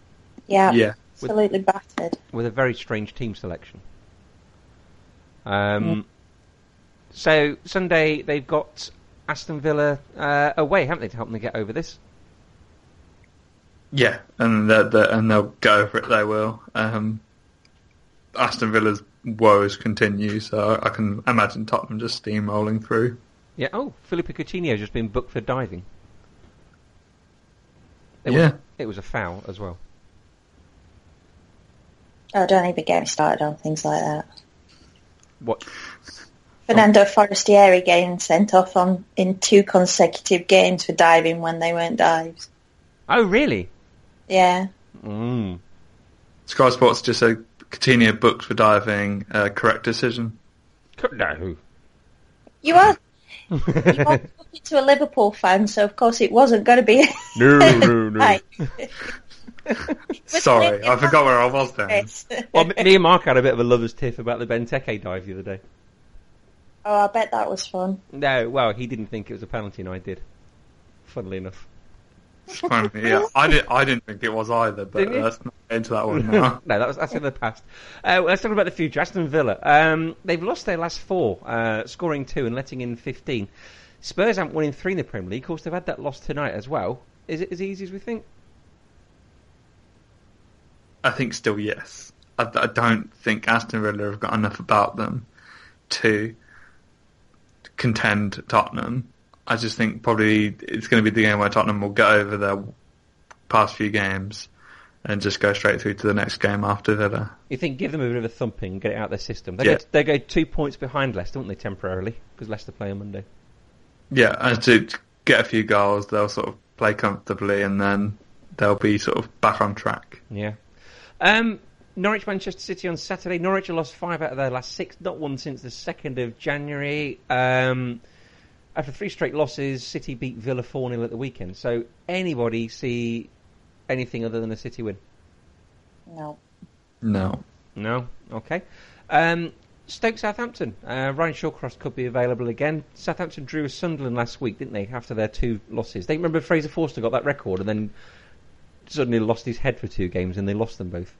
S3: Yeah.
S2: Yeah.
S3: Absolutely battered.
S1: with a very strange team selection? Um, so Sunday they've got Aston Villa uh, away, haven't they, to help them get over this?
S2: Yeah, and they're, they're- and they'll go for it. They will. Um, Aston Villa's woes continue, so I can imagine Tottenham just steamrolling through.
S1: Yeah. Oh, Felipe Coutinho's just been booked for diving. It
S2: Yeah.
S1: Was, it was a foul as well.
S3: Oh, don't even get me started on things like that.
S1: Oh. What?
S3: Fernando Forestieri getting sent off on in two consecutive games for diving when they weren't dives.
S1: Oh, really?
S3: Yeah.
S1: Mm.
S2: Sky Sports just said Coutinho booked for diving. Uh, correct decision.
S1: Co- No.
S3: You are you are talking to a Liverpool fan, so of course it wasn't going to be
S1: No, no, no.
S3: right.
S2: Sorry, I forgot where I was then.
S3: Chris.
S1: Well, me- me and Mark had a bit of a lover's tiff about the Benteke dive the other day.
S3: Oh, I bet that was fun.
S1: No, well, he didn't think it was a penalty, and I did. Funnily enough.
S2: Funny, yeah, I didn't. I didn't think it was either, but
S1: Didn't you?
S2: let's not get into that one
S1: no,
S2: now.
S1: that was that's in the past. Uh, well, let's talk about the future. Aston Villa. Um, they've lost their last four, uh, scoring two and letting in fifteen. Spurs haven't won in three in the Premier League. Of course, they've had that loss tonight as well. Is it as easy as we think?
S2: I think still yes. I, I don't think Aston Villa have got enough about them to contend Tottenham. I just think probably it's going to be the game where Tottenham will get over their past few games and just go straight through to the next game after Villa.
S1: You think give them a bit of a thumping, get it out of their system. They,
S2: Yeah.
S1: go, they go two points behind Leicester, don't they, temporarily? Because Leicester play on Monday.
S2: Yeah, and to get a few goals, they'll sort of play comfortably and then they'll be sort of back on track.
S1: Yeah. Um, Norwich Manchester City on Saturday. Norwich have lost five out of their last six, not one since the 2nd of January. Um, after three straight losses, City beat Villa 4 0 at the weekend. So, anybody see anything other than a City win?
S3: No.
S2: No.
S1: No? Okay. Um, Stoke Southampton. Uh, Ryan Shawcross could be available again. Southampton drew with Sunderland last week, didn't they, after their two losses? They remember Fraser Forster got that record and then suddenly lost his head for two games and they lost them both.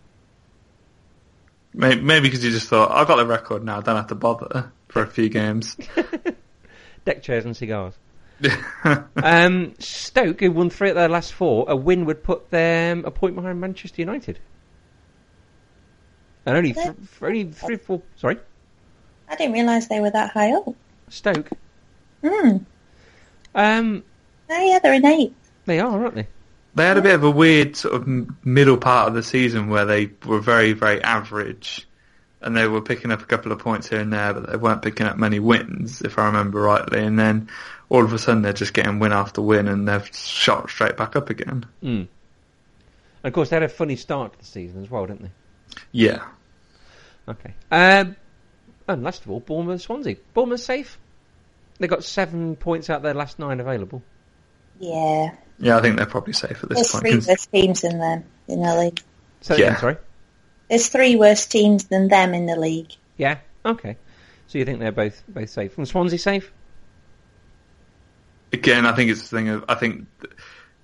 S2: Maybe because you just thought, I've got the record now, don't have to bother for a few games.
S1: Deck chairs and cigars. Um, Stoke, who won three at their last four, a win would put them a point behind Manchester United. And only, th- only three, four. Sorry,
S3: I didn't realise they were that high up.
S1: Stoke.
S3: Hmm.
S1: Um,
S3: Oh, yeah, they're in eight.
S1: they are, aren't they?
S2: They had a bit of a weird sort of m- middle part of the season where they were very, very average, and they were picking up a couple of points here and there, but they weren't picking up many wins, if I remember rightly. And then all of a sudden, they're just getting win after win, and they've shot straight back up again.
S1: And of course, they had a funny start to the season as well, didn't they?
S2: Yeah,
S1: Okay. Um, and last of all, Bournemouth Swansea. Bournemouth safe. They got seven points out of their last nine available.
S3: Yeah.
S2: yeah, I think they're probably safe at this
S3: There's
S2: point.
S3: three
S2: 'cause-
S3: worse teams than them in the league.
S1: So again,
S2: Yeah.
S1: sorry.
S3: There's three worse teams than them in the league.
S1: Yeah. Okay. So you think they're both both safe? And Swansea safe?
S2: again, I think it's the thing of I think th-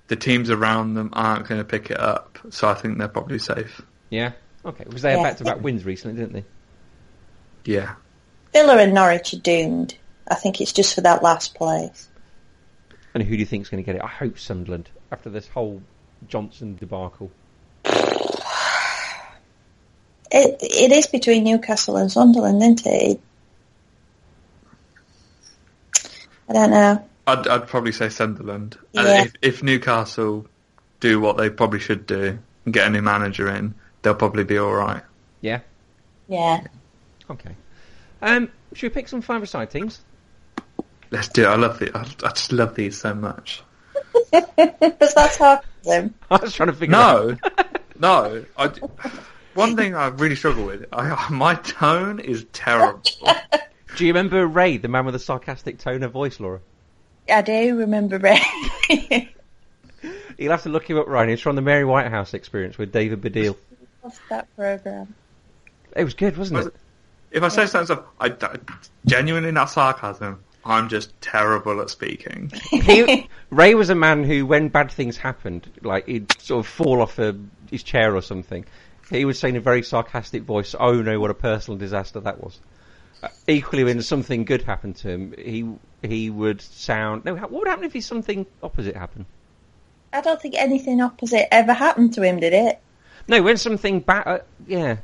S2: the teams around them aren't going to pick it up, so I think they're probably safe.
S1: Yeah. Okay. Because they had
S3: Yeah.
S1: back to back wins recently, didn't they?
S2: Yeah,
S3: Villa and Norwich are doomed. I think it's just for that last place.
S1: And who do you think's going to get it? I hope Sunderland after this whole Johnson debacle.
S3: It it is between Newcastle and Sunderland, isn't it? I don't know.
S2: I'd, I'd probably say Sunderland. And
S3: Yeah.
S2: If, if Newcastle do what they probably should do and get a new manager in, they'll probably be all right.
S1: Yeah.
S3: Yeah.
S1: Okay. Um, should we pick some five-a-side teams?
S2: Let's do it. I love the. I, I just love these so much.
S3: Because that's them.
S1: I was trying to figure. out.
S2: No, no. I d one thing I really struggle with. I, my tone is terrible.
S1: Do you remember Ray, the man with the sarcastic tone of voice, Laura?
S3: I do remember Ray.
S1: You'll have to look him up, Ryan. He's from the Mary Whitehouse experience with David Baddiel.
S3: Love that program.
S1: It was good, wasn't
S2: Was
S1: it?
S2: If I say something, stuff, I, I genuinely not sarcasm. I'm just terrible at speaking.
S1: He, Ray was a man who, when bad things happened, like he'd sort of fall off a, his chair or something, he would say in a very sarcastic voice, "Oh no, what a personal disaster that was." Uh, equally, when something good happened to him, he he would sound. No, how- what would happen if he something opposite happened?
S3: I don't think anything opposite ever happened to him, did it?
S1: No, when something bad. Uh, yeah.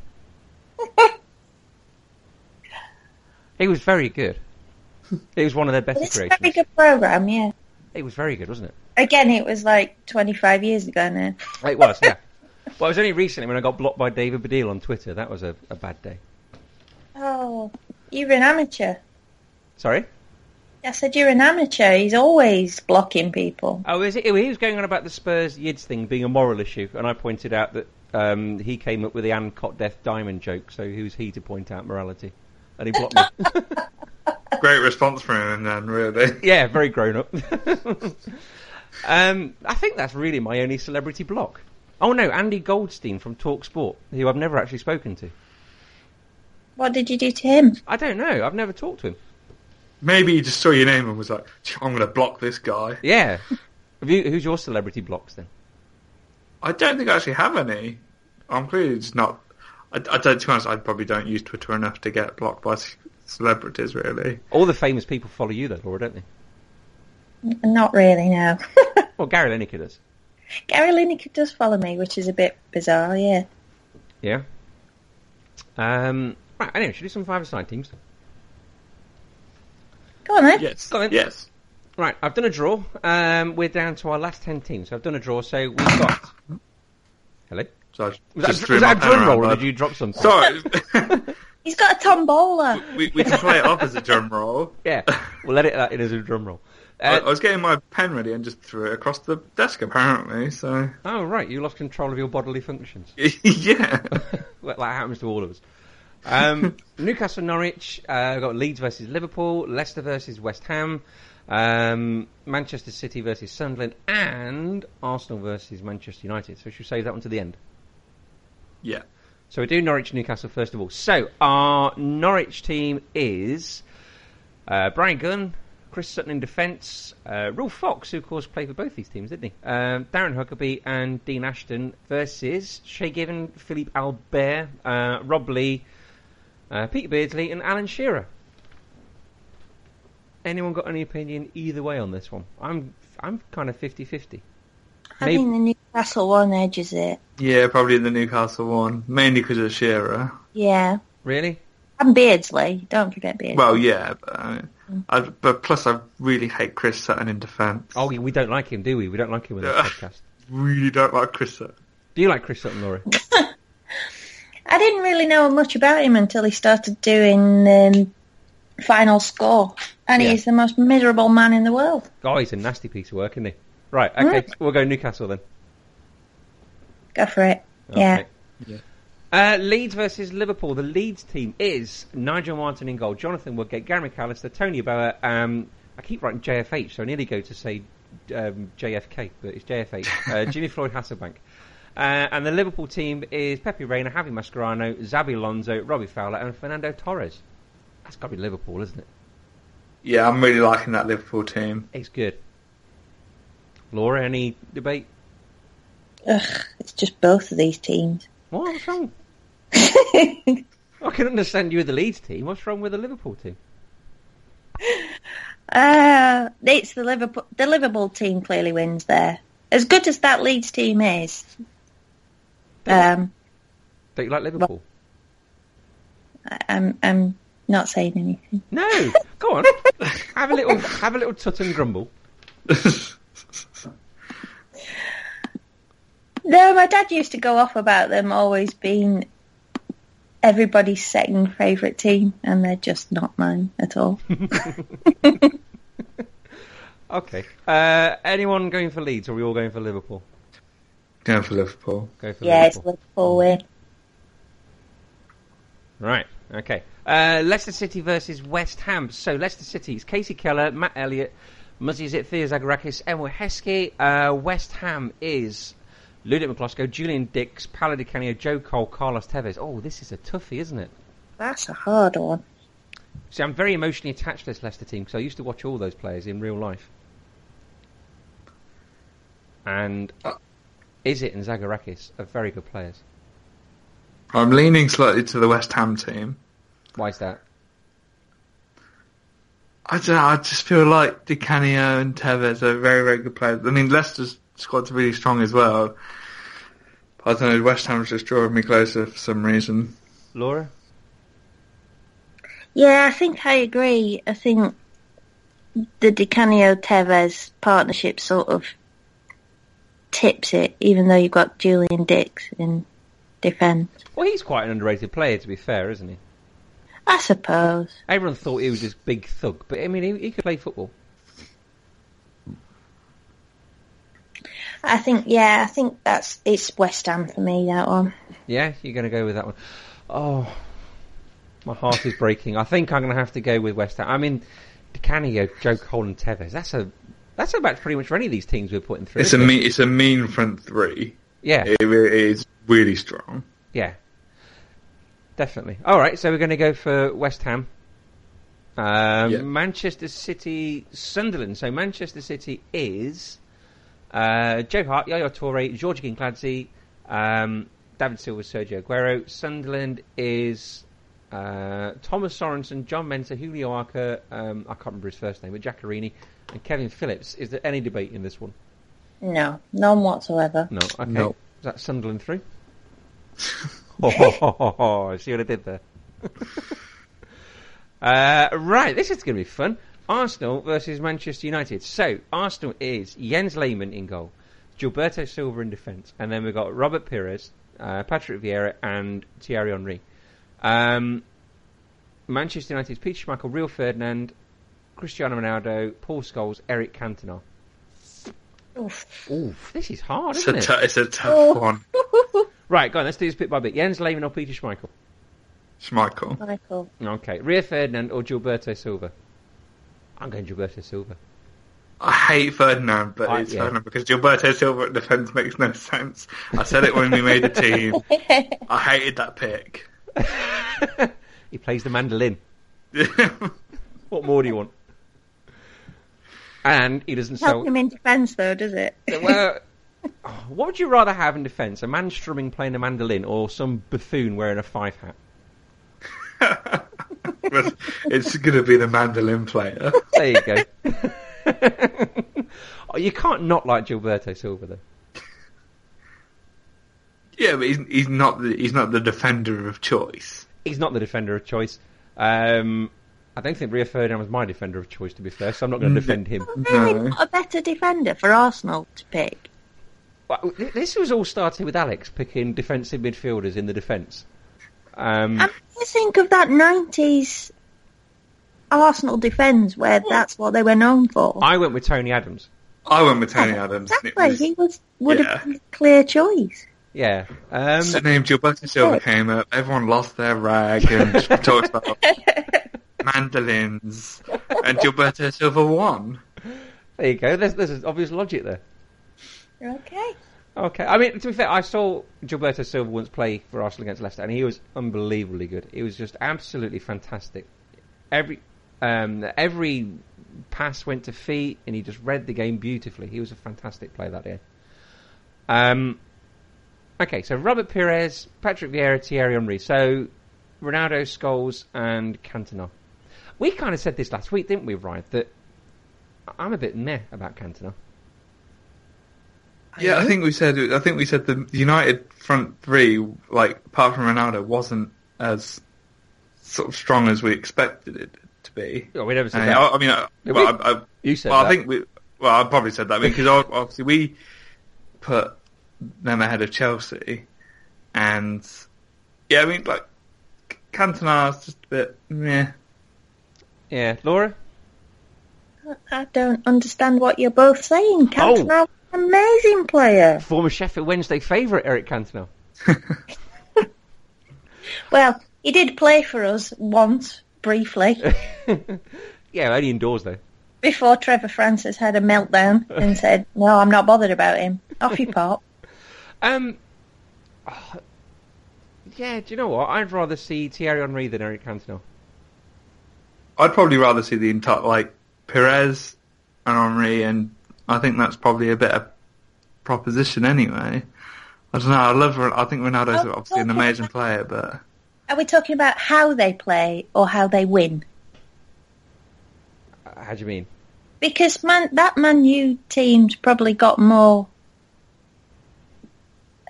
S1: he was very good. It was one of their
S3: But
S1: better
S3: it's a
S1: creations.
S3: very good program, yeah.
S1: It was very good, wasn't it?
S3: Again, it was like 25 years ago now.
S1: It was, yeah. well, it was only recently when I got blocked by David Baddiel on Twitter. That was a, a bad day.
S3: Oh, you're an amateur.
S1: Sorry?
S3: I said you're an amateur. He's always blocking people.
S1: Oh, is it? He was going on about the Spurs Yids thing being a moral issue, and I pointed out that um, he came up with the Anne Cot Death Diamond joke, so who's he to point out morality? And he blocked me.
S2: Great response from him, then really.
S1: yeah, very grown up. um, I think that's really my only celebrity block. Oh no, Andy Goldstein from Talk Sport, who I've never actually spoken to.
S3: What did you do to him?
S1: I don't know, I've never talked to him.
S2: Maybe he just saw your name and was like, "I'm going to block this guy."
S1: Yeah. Have you, who's your celebrity blocks then?
S2: I don't think I actually have any. I'm clearly just not. I, I don't. To be honest, I probably don't use Twitter enough to get blocked by c- celebrities. Really,
S1: All the famous people follow you though, Laura, don't they?
S3: Not really, no.
S1: Well, Gary Lineker does.
S3: Gary Lineker does follow me, which is a bit bizarre, yeah.
S1: Yeah. Um, right, anyway, should we do some five-a-side teams?
S3: Go on then.
S2: yes,
S1: Go on.
S2: yes.
S1: Right, I've done a draw. Um, we're down to our last ten teams. I've done a draw, so we've got... Hello?
S2: So I just
S1: Was that,
S2: threw
S1: was
S2: my
S1: that a
S2: pen
S1: drum
S2: around,
S1: roll, or
S2: but-
S1: did you drop something?
S2: Sorry,
S3: He's got a tombola.
S2: we, we can play it off as a drum roll.
S1: Yeah, we'll edit that in as a drum roll.
S2: I,
S1: Uh,
S2: I was getting my pen ready and just threw it across the desk, apparently. So
S1: oh, right, you lost control of your bodily functions.
S2: yeah,
S1: Well, that happens to all of us. Um, Newcastle, Norwich. Uh, we've got Leeds versus Liverpool. Leicester versus West Ham. Um, Manchester City versus Sunderland, and Arsenal versus Manchester United. So, should we save that one to the end?
S2: yeah.
S1: So, we do Norwich, Newcastle first of all. So, our Norwich team is uh, Brian Gunn, Chris Sutton in defence, uh, Rule Fox, who of course played for both these teams, didn't he? Um, Darren Huckabee and Dean Ashton versus Shay Given, Philippe Albert, uh, Rob Lee, uh, Peter Beardsley, and Alan Shearer. Anyone got any opinion either way on this one? I'm I'm kind of 50 50.
S3: I think the Newcastle one edges it.
S2: Yeah, probably the Newcastle one, mainly because of Shearer.
S3: Yeah.
S1: Really?
S3: And Beardsley. Don't forget Beardsley.
S2: Well, yeah, but, I, I, but plus I really hate Chris Sutton in defence.
S1: Oh, we we don't like him, do we? We don't like him with this
S2: Yeah.
S1: podcast.
S2: really don't like Chris Sutton.
S1: Do you like Chris Sutton, Laura?
S3: I didn't really know much about him until he started doing um, Final Score, and
S1: Yeah.
S3: he's the most miserable man in the world.
S1: Oh, he's a nasty piece of work, isn't he? Right, okay, we'll go Newcastle then.
S3: Go for it.
S1: Okay.
S3: Yeah.
S1: Uh, Leeds versus Liverpool. The Leeds team is Nigel Martin in goal, Jonathan Woodgate, Gary McAllister, Tony Bower. Um, I keep writing JFH, so I nearly go to say um, JFK, but it's JFH. Uh, Jimmy Floyd Hasselbank. Uh, and the Liverpool team is Pepe Reina, Javi Mascherano, Zabi Alonso, Robbie Fowler, and Fernando Torres. That's got to be Liverpool, isn't it?
S2: Yeah, I'm really liking that Liverpool team.
S1: It's good. Laura, any debate?
S3: Ugh, it's just both of these teams.
S1: What? What's wrong? I can understand you with the Leeds team. What's wrong with the Liverpool team?
S3: Uh, it's the Liverpool. The Liverpool team clearly wins there. As good as that Leeds team is, um,
S1: Don't you like Liverpool?
S3: I- I'm I'm not saying anything.
S1: No, go on. have a little, have a little tut and grumble.
S3: No, my dad used to go off about them always being everybody's second favourite team, and they're just not mine at all.
S1: Okay. Uh, anyone going for Leeds, or are we all going for Liverpool?
S2: Going for Liverpool.
S1: Go for
S3: yeah, it's
S1: Liverpool.
S3: Liverpool win.
S1: Right. Okay. Uh, Leicester City versus West Ham. So Leicester City is Casey Keller, Matt Elliott, Muzzy Zitthia Zagorakis, Emil Heskey. Uh, West Ham is Ludwig McClosco, Julian Dix, Paolo Di Canio, Joe Cole, Carlos Tevez. Oh, this is a toughie, isn't it?
S3: That's a hard one.
S1: See, I'm very emotionally attached to this Leicester team because I used to watch all those players in real life. And Izzet and Zagorakis are very good players.
S2: I'm leaning slightly to the West Ham team.
S1: Why is that?
S2: I don't know, I just feel like Di Canio and Tevez are very, very good players. I mean, Leicester's squad's really strong as well. I don't know, West Ham's just drawing me closer for some reason.
S1: Laura?
S3: Yeah, I think I agree. I think the DiCanio Tevez partnership sort of tips it, even though you've got Julian Dix in defence.
S1: Well, he's quite an underrated player, to be fair, isn't he?
S3: I suppose.
S1: Everyone thought he was this big thug, but I mean, he, he could play football.
S3: I think, yeah, I think that's it's West Ham for me that one.
S1: Yeah, you're going to go with that one. Oh, my heart is breaking. I think I'm going to have to go with West Ham. I mean, Di Canio, Joe Cole, and Tevez. That's a that's a match pretty much for any of these teams we're putting through.
S2: It's a
S1: isn't it?
S2: mean, it's a mean front three.
S1: Yeah.
S2: It really is really strong.
S1: Yeah, definitely. All right, so we're going to go for West Ham. Um,
S2: Yeah.
S1: Manchester City, Sunderland. So Manchester City is uh, Joe Hart, Yaya Toure, George Gincladze, um, David Silva, Sergio Aguero. Sunderland is uh, Thomas Sorensen, John Mensah, Julio Arca, um, I can't remember his first name, but Jaccarini, and Kevin Phillips. Is there any debate in this one?
S3: No, none whatsoever.
S1: No. Okay.
S2: No.
S1: Is that Sunderland through? oh, ho, ho, ho, ho. I see what I did there. uh, right, this is going to be fun. Arsenal versus Manchester United. So, Arsenal is Jens Lehmann in goal, Gilberto Silva in defence, and then we've got Robert Pires, uh, Patrick Vieira, and Thierry Henry. Um, Manchester United's Peter Schmeichel, Real Ferdinand, Cristiano Ronaldo, Paul Scholes, Eric Cantona.
S3: Oof.
S1: Oof, this is hard,
S2: It's
S1: isn't
S2: a,
S1: it?
S2: tou- it's a tough
S3: Oh.
S2: one,
S1: Right, go on, let's do this bit by bit. Jens Lehmann or Peter Schmeichel?
S2: Schmeichel.
S3: Michael.
S1: Okay. Rio Ferdinand or Gilberto Silva? I'm going Gilberto Silva.
S2: I hate Ferdinand, but
S1: I-
S2: it's
S1: yeah.
S2: Ferdinand because Gilberto Silva at defence makes no sense. I said it when we made the team. I hated that pick.
S1: He plays the mandolin. What more do you want? And he doesn't
S3: Help
S1: sell.
S3: him in defence though, does it?
S1: Well, oh, what would you rather have in defence? A man strumming playing the mandolin or some buffoon wearing a five hat?
S2: But it's going to be the mandolin player.
S1: There you go. oh, you can't not like Gilberto Silva, though.
S2: Yeah, but he's, he's not the he's not the defender of choice.
S1: He's not the defender of choice. Um, I don't think Rio Ferdinand was my defender of choice, to be fair, so I'm not going to defend him.
S3: Really not a better defender for Arsenal to pick.
S1: Well, th- this was all started with Alex picking defensive midfielders in the defence. Um,
S3: I'm trying to think of that 90s Arsenal defence where that's what they were known for.
S1: I went with Tony Adams.
S2: I went with Tony Adams. and it
S3: Exactly.
S2: was-
S3: He was would
S2: yeah.
S3: have been a clear choice.
S1: Yeah. Um,
S2: What's the name Gilberto Silva came up. Everyone lost their rag and talked about mandolins, and Gilberto Silva won.
S1: there you go. There's, there's obvious logic there.
S3: Okay.
S1: Okay. I mean, to be fair, I saw Gilberto Silva once play for Arsenal against Leicester, and he was unbelievably good. He was just absolutely fantastic. Every um, every pass went to feet, and he just read the game beautifully. He was a fantastic player that year. Um, okay, so Robert Pires, Patrick Vieira, Thierry Henry. So Ronaldo, Scholes, and Cantona. We kind of said this last week, didn't we, Ryan? That I'm a bit meh about Cantona.
S2: Yeah, I think we said. I think we said the United front three, like apart from Ronaldo, wasn't as sort of strong as we expected it to be.
S1: Oh, we never said
S2: I,
S1: that.
S2: I mean, I,
S1: Did
S2: well,
S1: we?
S2: I, I,
S1: You said
S2: well,
S1: that.
S2: I think we. Well, I probably said that because ob- obviously we put them ahead of Chelsea, and yeah, I mean, like Cantona's just a bit yeah.
S1: Yeah, Laura.
S3: I don't understand what you're both saying.
S2: Oh.
S3: Cantona was an amazing player.
S1: Former Sheffield Wednesday favourite Eric Cantona.
S3: Well, he did play for us once, briefly,
S1: Yeah, only indoors though.
S3: before Trevor Francis had a meltdown and said, no, I'm not bothered about him. Off you pop.
S1: Um, ah, yeah, do you know what? I'd rather see Thierry Henry than Eric Cantona.
S2: I'd probably rather see the entire like Perez and Henri, and I think that's probably a better proposition anyway. I don't know. I love. Ron- I think Ronaldo's
S3: Oh,
S2: obviously an
S3: okay.
S2: amazing player, but
S3: Are we talking about how they play or how they win?
S1: Uh, How do you mean?
S3: Because man, that Man U team's probably got more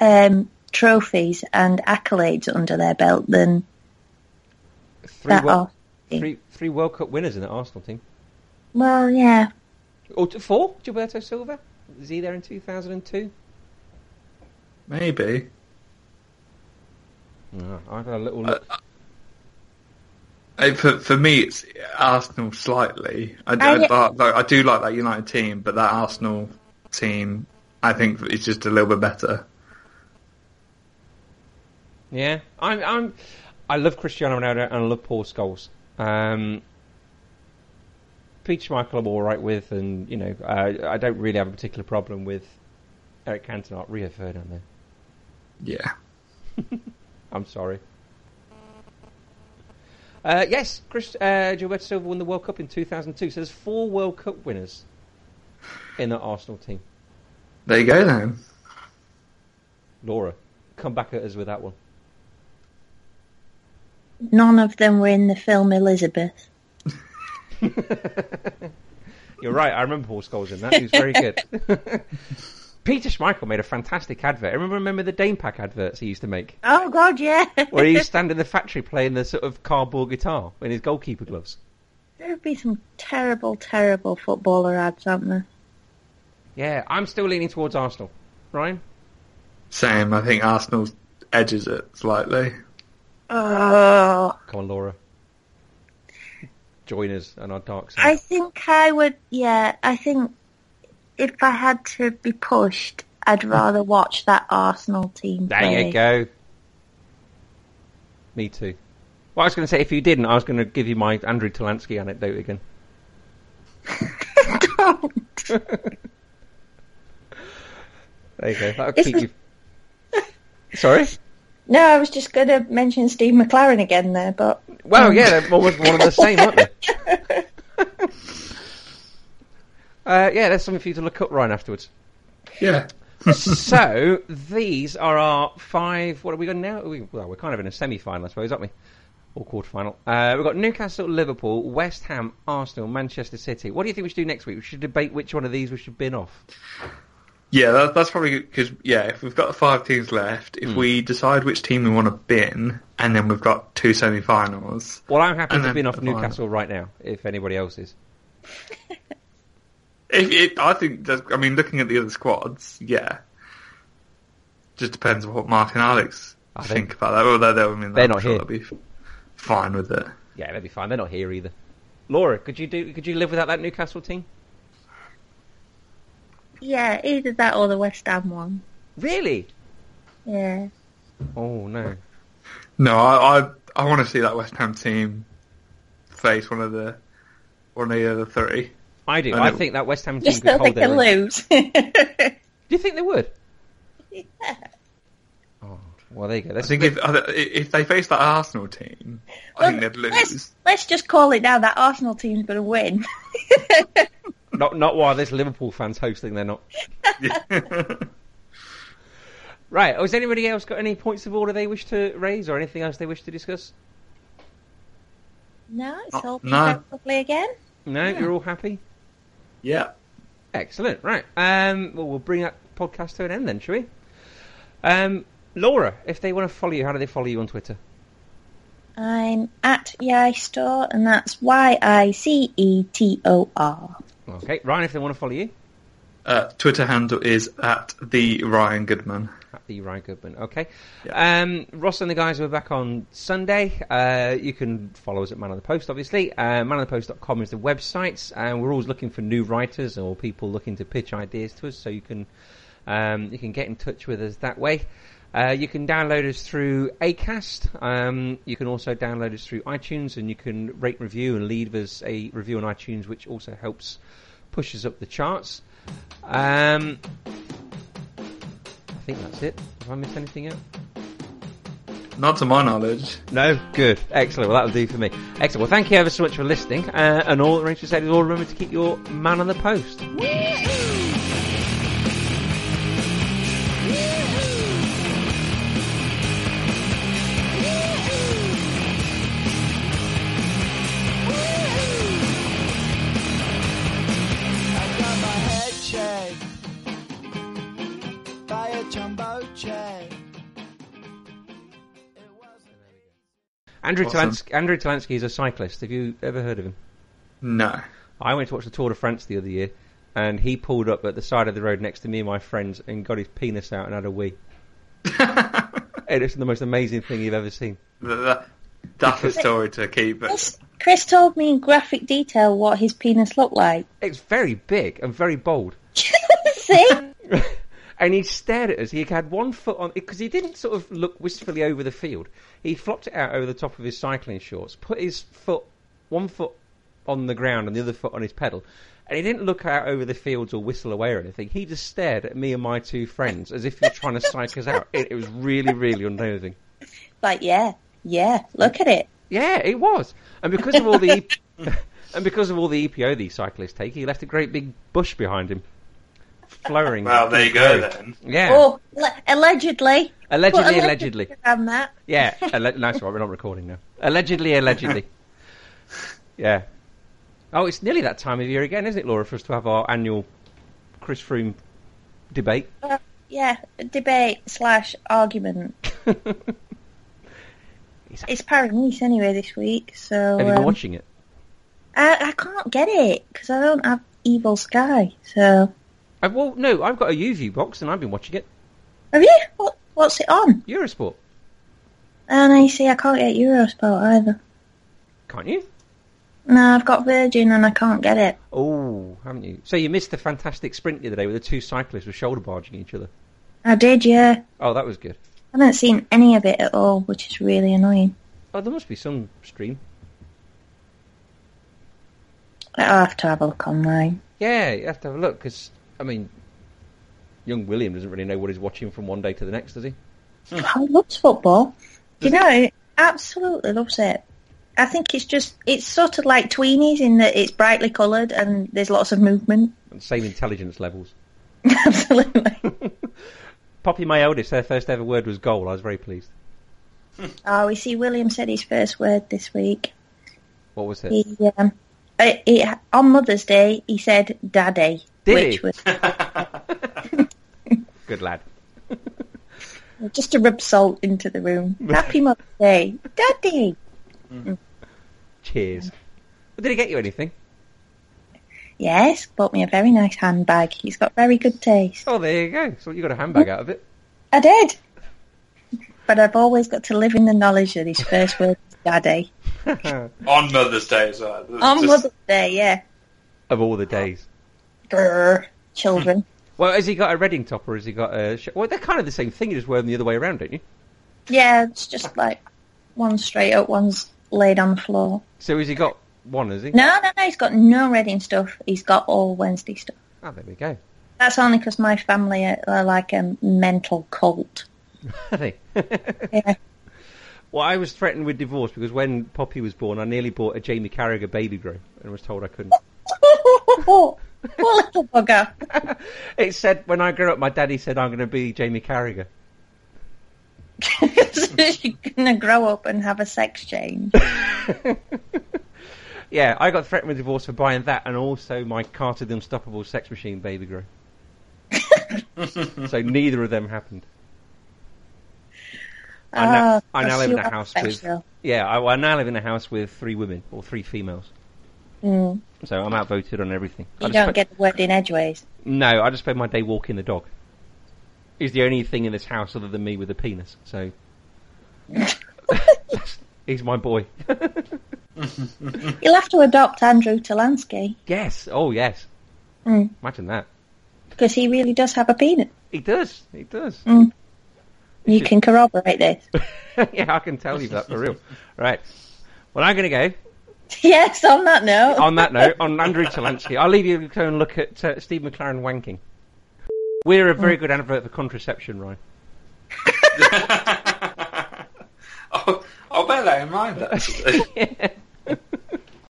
S3: um, trophies and accolades under their belt than
S1: Three,
S3: that
S1: Wo-
S3: are.
S1: three, three World Cup winners in that Arsenal team.
S3: Well, yeah.
S1: Or t- four? Gilberto Silva. Is he there in 2002?
S2: maybe.
S1: No, Mm, I've had a little look.
S2: Uh, For for me, it's Arsenal slightly. I, I,
S3: I-
S2: like- like, I do like that United team, but that Arsenal team, I think, is just a little bit better.
S1: Yeah, I'm, I'm. I love Cristiano Ronaldo and I love Paul Scholes. Um, Peter Schmeichel I'm all right with, and you know, uh, I don't really have a particular problem with Eric Cantona, Rio Ferdinand. There,
S2: Yeah.
S1: I'm sorry. Uh, yes, Chris uh, Gilberto Silva won the World Cup in 2002. So there's four World Cup winners in the Arsenal team.
S2: There you go then.
S1: Laura, come back at us with that one.
S3: None of them were in the film Elizabeth.
S1: You're right. I remember Paul Scholes in that. He was very good. Peter Schmeichel made a fantastic advert. I remember, remember the Dame Pack adverts he used to make,
S3: Oh God, yeah.
S1: where he used to stand in the factory playing the sort of cardboard guitar in his goalkeeper gloves.
S3: There'd be some terrible, terrible footballer ads, aren't there?
S1: Yeah, I'm still leaning towards Arsenal. Ryan,
S2: Same. I think Arsenal edges it slightly.
S3: Oh,
S1: come on, Laura, join us on our dark side.
S3: I think I would. Yeah, I think if I had to be pushed, I'd rather watch that Arsenal team.
S1: there
S3: play.
S1: you go. Me too. Well, I was going to say if you didn't, I was going to give you my Andrew Talansky anecdote again. There you go. That'll keep you. Sorry.
S3: No, I was just going to mention Steve McLaren again there, but
S1: Well, yeah, they're almost one of the same, aren't they? Uh, yeah, there's something for you to look up, Ryan, afterwards.
S2: Yeah.
S1: so these are our five. What have we got now? We, well, we're kind of in a semi-final, I suppose, aren't we? Or quarter-final. Uh, we've got Newcastle, Liverpool, West Ham, Arsenal, Manchester City. What do you think we should do next week? We should debate which one of these we should bin off.
S2: Yeah, that, that's probably because yeah, if we've got five teams left, if we decide which team we want to bin, and then we've got two semi-finals.
S1: Well, I'm happy
S2: And
S1: to
S2: then
S1: bin off
S2: the final.
S1: Newcastle right now. If anybody else is,
S2: If it, I think, that's, I mean, looking at the other squads, yeah, just depends on what Mark and Alex
S1: I
S2: think
S1: think-
S2: about that. Although they'll, I mean,
S1: They're
S2: I'm
S1: not
S2: sure
S1: here.
S2: They'll be f- fine with it.
S1: Yeah, that'd be fine. They're not here either. Laura, could you do? Could you live without that Newcastle team?
S3: Yeah, either that or the West Ham one.
S1: Really?
S3: Yeah.
S1: Oh no.
S2: No, I I, I want to see that West Ham team face one of the one of the other three.
S1: I do.
S2: I
S1: I,
S2: know.
S1: think that West Ham team
S3: Just
S1: could
S3: that they
S1: hold their.
S3: can
S1: own.
S3: lose.
S1: Do you think they would?
S3: Yeah.
S1: Oh, well, there you go.
S2: I
S1: That's
S2: think if if they face that Arsenal team, I think they'd
S3: Let's,
S2: lose.
S3: let's just call it now that Arsenal team's going to win.
S1: not not while there's Liverpool fans hosting. They're not. Right. Has anybody else got any points of order they wish to raise, or anything else they wish to discuss?
S3: no, it's
S2: Oh,
S3: all
S2: no.
S3: no. lovely again.
S1: No, you're all happy.
S2: yeah.
S1: Excellent. Right. Um, well, we'll bring that podcast to an end then, shall we? Um, Laura, if they want to follow you, how do they follow you on Twitter?
S3: I'm at Yai Store, and that's Y I C E T O R.
S1: Okay, Ryan, if they want to follow you,
S2: Uh, Twitter handle is at the Ryan Goodman.
S1: at the Ryan Goodman. Okay. Um, Ross and the guys are back on Sunday. Uh, you can follow us at Man on the Post, obviously. Uh, manonthepost.com is the website, and we're always looking for new writers or people looking to pitch ideas to us, so you can um, you can get in touch with us that way. Uh, you can download us through Acast. Um, you can also download us through iTunes, and you can rate, review, and leave us a review on iTunes, which also helps push us up the charts. Um, I think that's it. Have I missed anything out?
S2: Not to my knowledge.
S1: No, good, excellent. Well, that'll do for me. Excellent. Well, thank you ever so much for listening. Uh, and all that remains to say is, all remember to keep your man on the post.
S4: I got my head shaved by a jumbo jet. It was an
S1: Andrew
S2: Awesome.
S1: Talansky, Andrew Talansky is a cyclist. Have you ever heard of him?
S2: No.
S1: I went to watch the Tour de France the other year, and he pulled up at the side of the road next to me and my friends and got his penis out and had a wee. it was the most amazing thing you've ever seen.
S2: That, that, that's a story to keep.
S3: Chris, Chris told me in graphic detail what his penis looked like.
S1: It's very big and very bold.
S3: See?
S1: and he stared at us. He had one foot on because he didn't sort of look wistfully over the field. He flopped it out over the top of his cycling shorts, put his foot, one foot on the ground and the other foot on his pedal, and he didn't look out over the fields or whistle away or anything. He just stared at me and my two friends as if he was trying to psych us out. It, it was really, really unnerving.
S3: like, yeah, yeah, look at it.
S1: Yeah, it was, and because of all the E and because of all the EPO these cyclists take, he left a great big bush behind him, flowering.
S2: then.
S1: Yeah.
S3: Oh, le- allegedly.
S1: Allegedly,
S3: Put
S1: allegedly.
S3: around that.
S1: Yeah, alle- nice one. We're not recording now. Allegedly, allegedly. yeah. Oh, it's nearly that time of year again, isn't it, Laura, for us to have our annual Chris Froome debate?
S3: Uh, yeah, debate slash argument. It's Paris anyway this week, so
S1: Have you been
S3: um,
S1: watching it?
S3: I, I can't get it because I don't have Evil Sky. So
S1: I, well, no, I've got a UV box and I've been watching it.
S3: have you? What, what's it on?
S1: Eurosport,
S3: And I see I can't get Eurosport either.
S1: can't you?
S3: No, I've got Virgin and I can't get it.
S1: Oh, haven't you? So you missed the fantastic sprint the other day where the two cyclists were shoulder barging each other.
S3: I did, yeah.
S1: Oh, that was good.
S3: I haven't seen any of it at all, which is really annoying.
S1: Oh, there must be some stream.
S3: I'll have to have a look online.
S1: Yeah, you have to have a look because, I mean, young William doesn't really know what he's watching from one day to the next, does he?
S3: I loves football. you know, absolutely loves it. I think it's just it's sort of like tweenies in that it's brightly coloured and there's lots of movement.
S1: And same intelligence levels.
S3: absolutely.
S1: Poppy, my eldest, her first ever word was goal. I was very pleased.
S3: Oh, we see William said his first word this week.
S1: What was it?
S3: He, um, uh, he, on Mother's Day, he said daddy,
S1: Did
S3: which
S1: he?
S3: was
S1: Good lad.
S3: just to rub salt into the room. Happy Mother's Day, daddy.
S1: Cheers. But did he get you anything?
S3: Yes, bought me a very nice handbag. He's got very good taste.
S1: Oh, there you go. So you got a handbag out of it.
S3: I did. But I've always got to live in the knowledge that his first word is daddy.
S2: On Mother's Day as well.
S3: On
S2: Just-
S3: Mother's Day, yeah.
S1: of all the days.
S3: Grr, children.
S1: Well, has he got a Reading top or has he got a? Sh- well, they're kind of the same thing. You just wear them the other way around, don't you?
S3: yeah, it's just like one's straight up, one's laid on the floor.
S1: So has he got one? Has he?
S3: No, no, no, he's got no Reading stuff. He's got all Wednesday stuff.
S1: Ah, there we go.
S3: That's only because my family are, are like a mental cult.
S1: Hey.
S3: Yeah.
S1: well, I was threatened with divorce because when Poppy was born, I nearly bought a Jamie Carragher baby grow and was told I couldn't.
S3: Poor little bugger.
S1: It said when I grew up, my daddy said I'm going to be Jamie Carragher.
S3: She's going to grow up and have a sex change.
S1: Yeah, I got threatened with divorce for buying that and also my Carter the Unstoppable Sex Machine baby grow. so neither of them happened. I now,
S3: Ah,
S1: I now
S3: because
S1: live in
S3: you
S1: a
S3: are
S1: house with
S3: special.
S1: yeah, I, I now live in a house with three women or three females.
S3: Mm.
S1: So I'm outvoted on everything. I
S3: You
S1: just
S3: don't
S1: spent-
S3: get the word in edgeways.
S1: No, I just spend my day walking the dog. He's the only thing in this house other than me with a penis, so he's my boy.
S3: You'll have to adopt Andrew Talansky
S1: yes, oh yes.
S3: Mm.
S1: Imagine that.
S3: because he really does have a penis.
S1: He does. He does.
S3: You can corroborate this. Mm.
S1: yeah, I can tell you that for real. Right. Well, I'm going to go.
S3: yes, on that note.
S1: On that note, on Andrew Talansky, I'll leave you to go and look at uh, Steve McLaren wanking. We're a very good advert for contraception, Ryan.
S2: I'll, I'll bear that in mind, actually.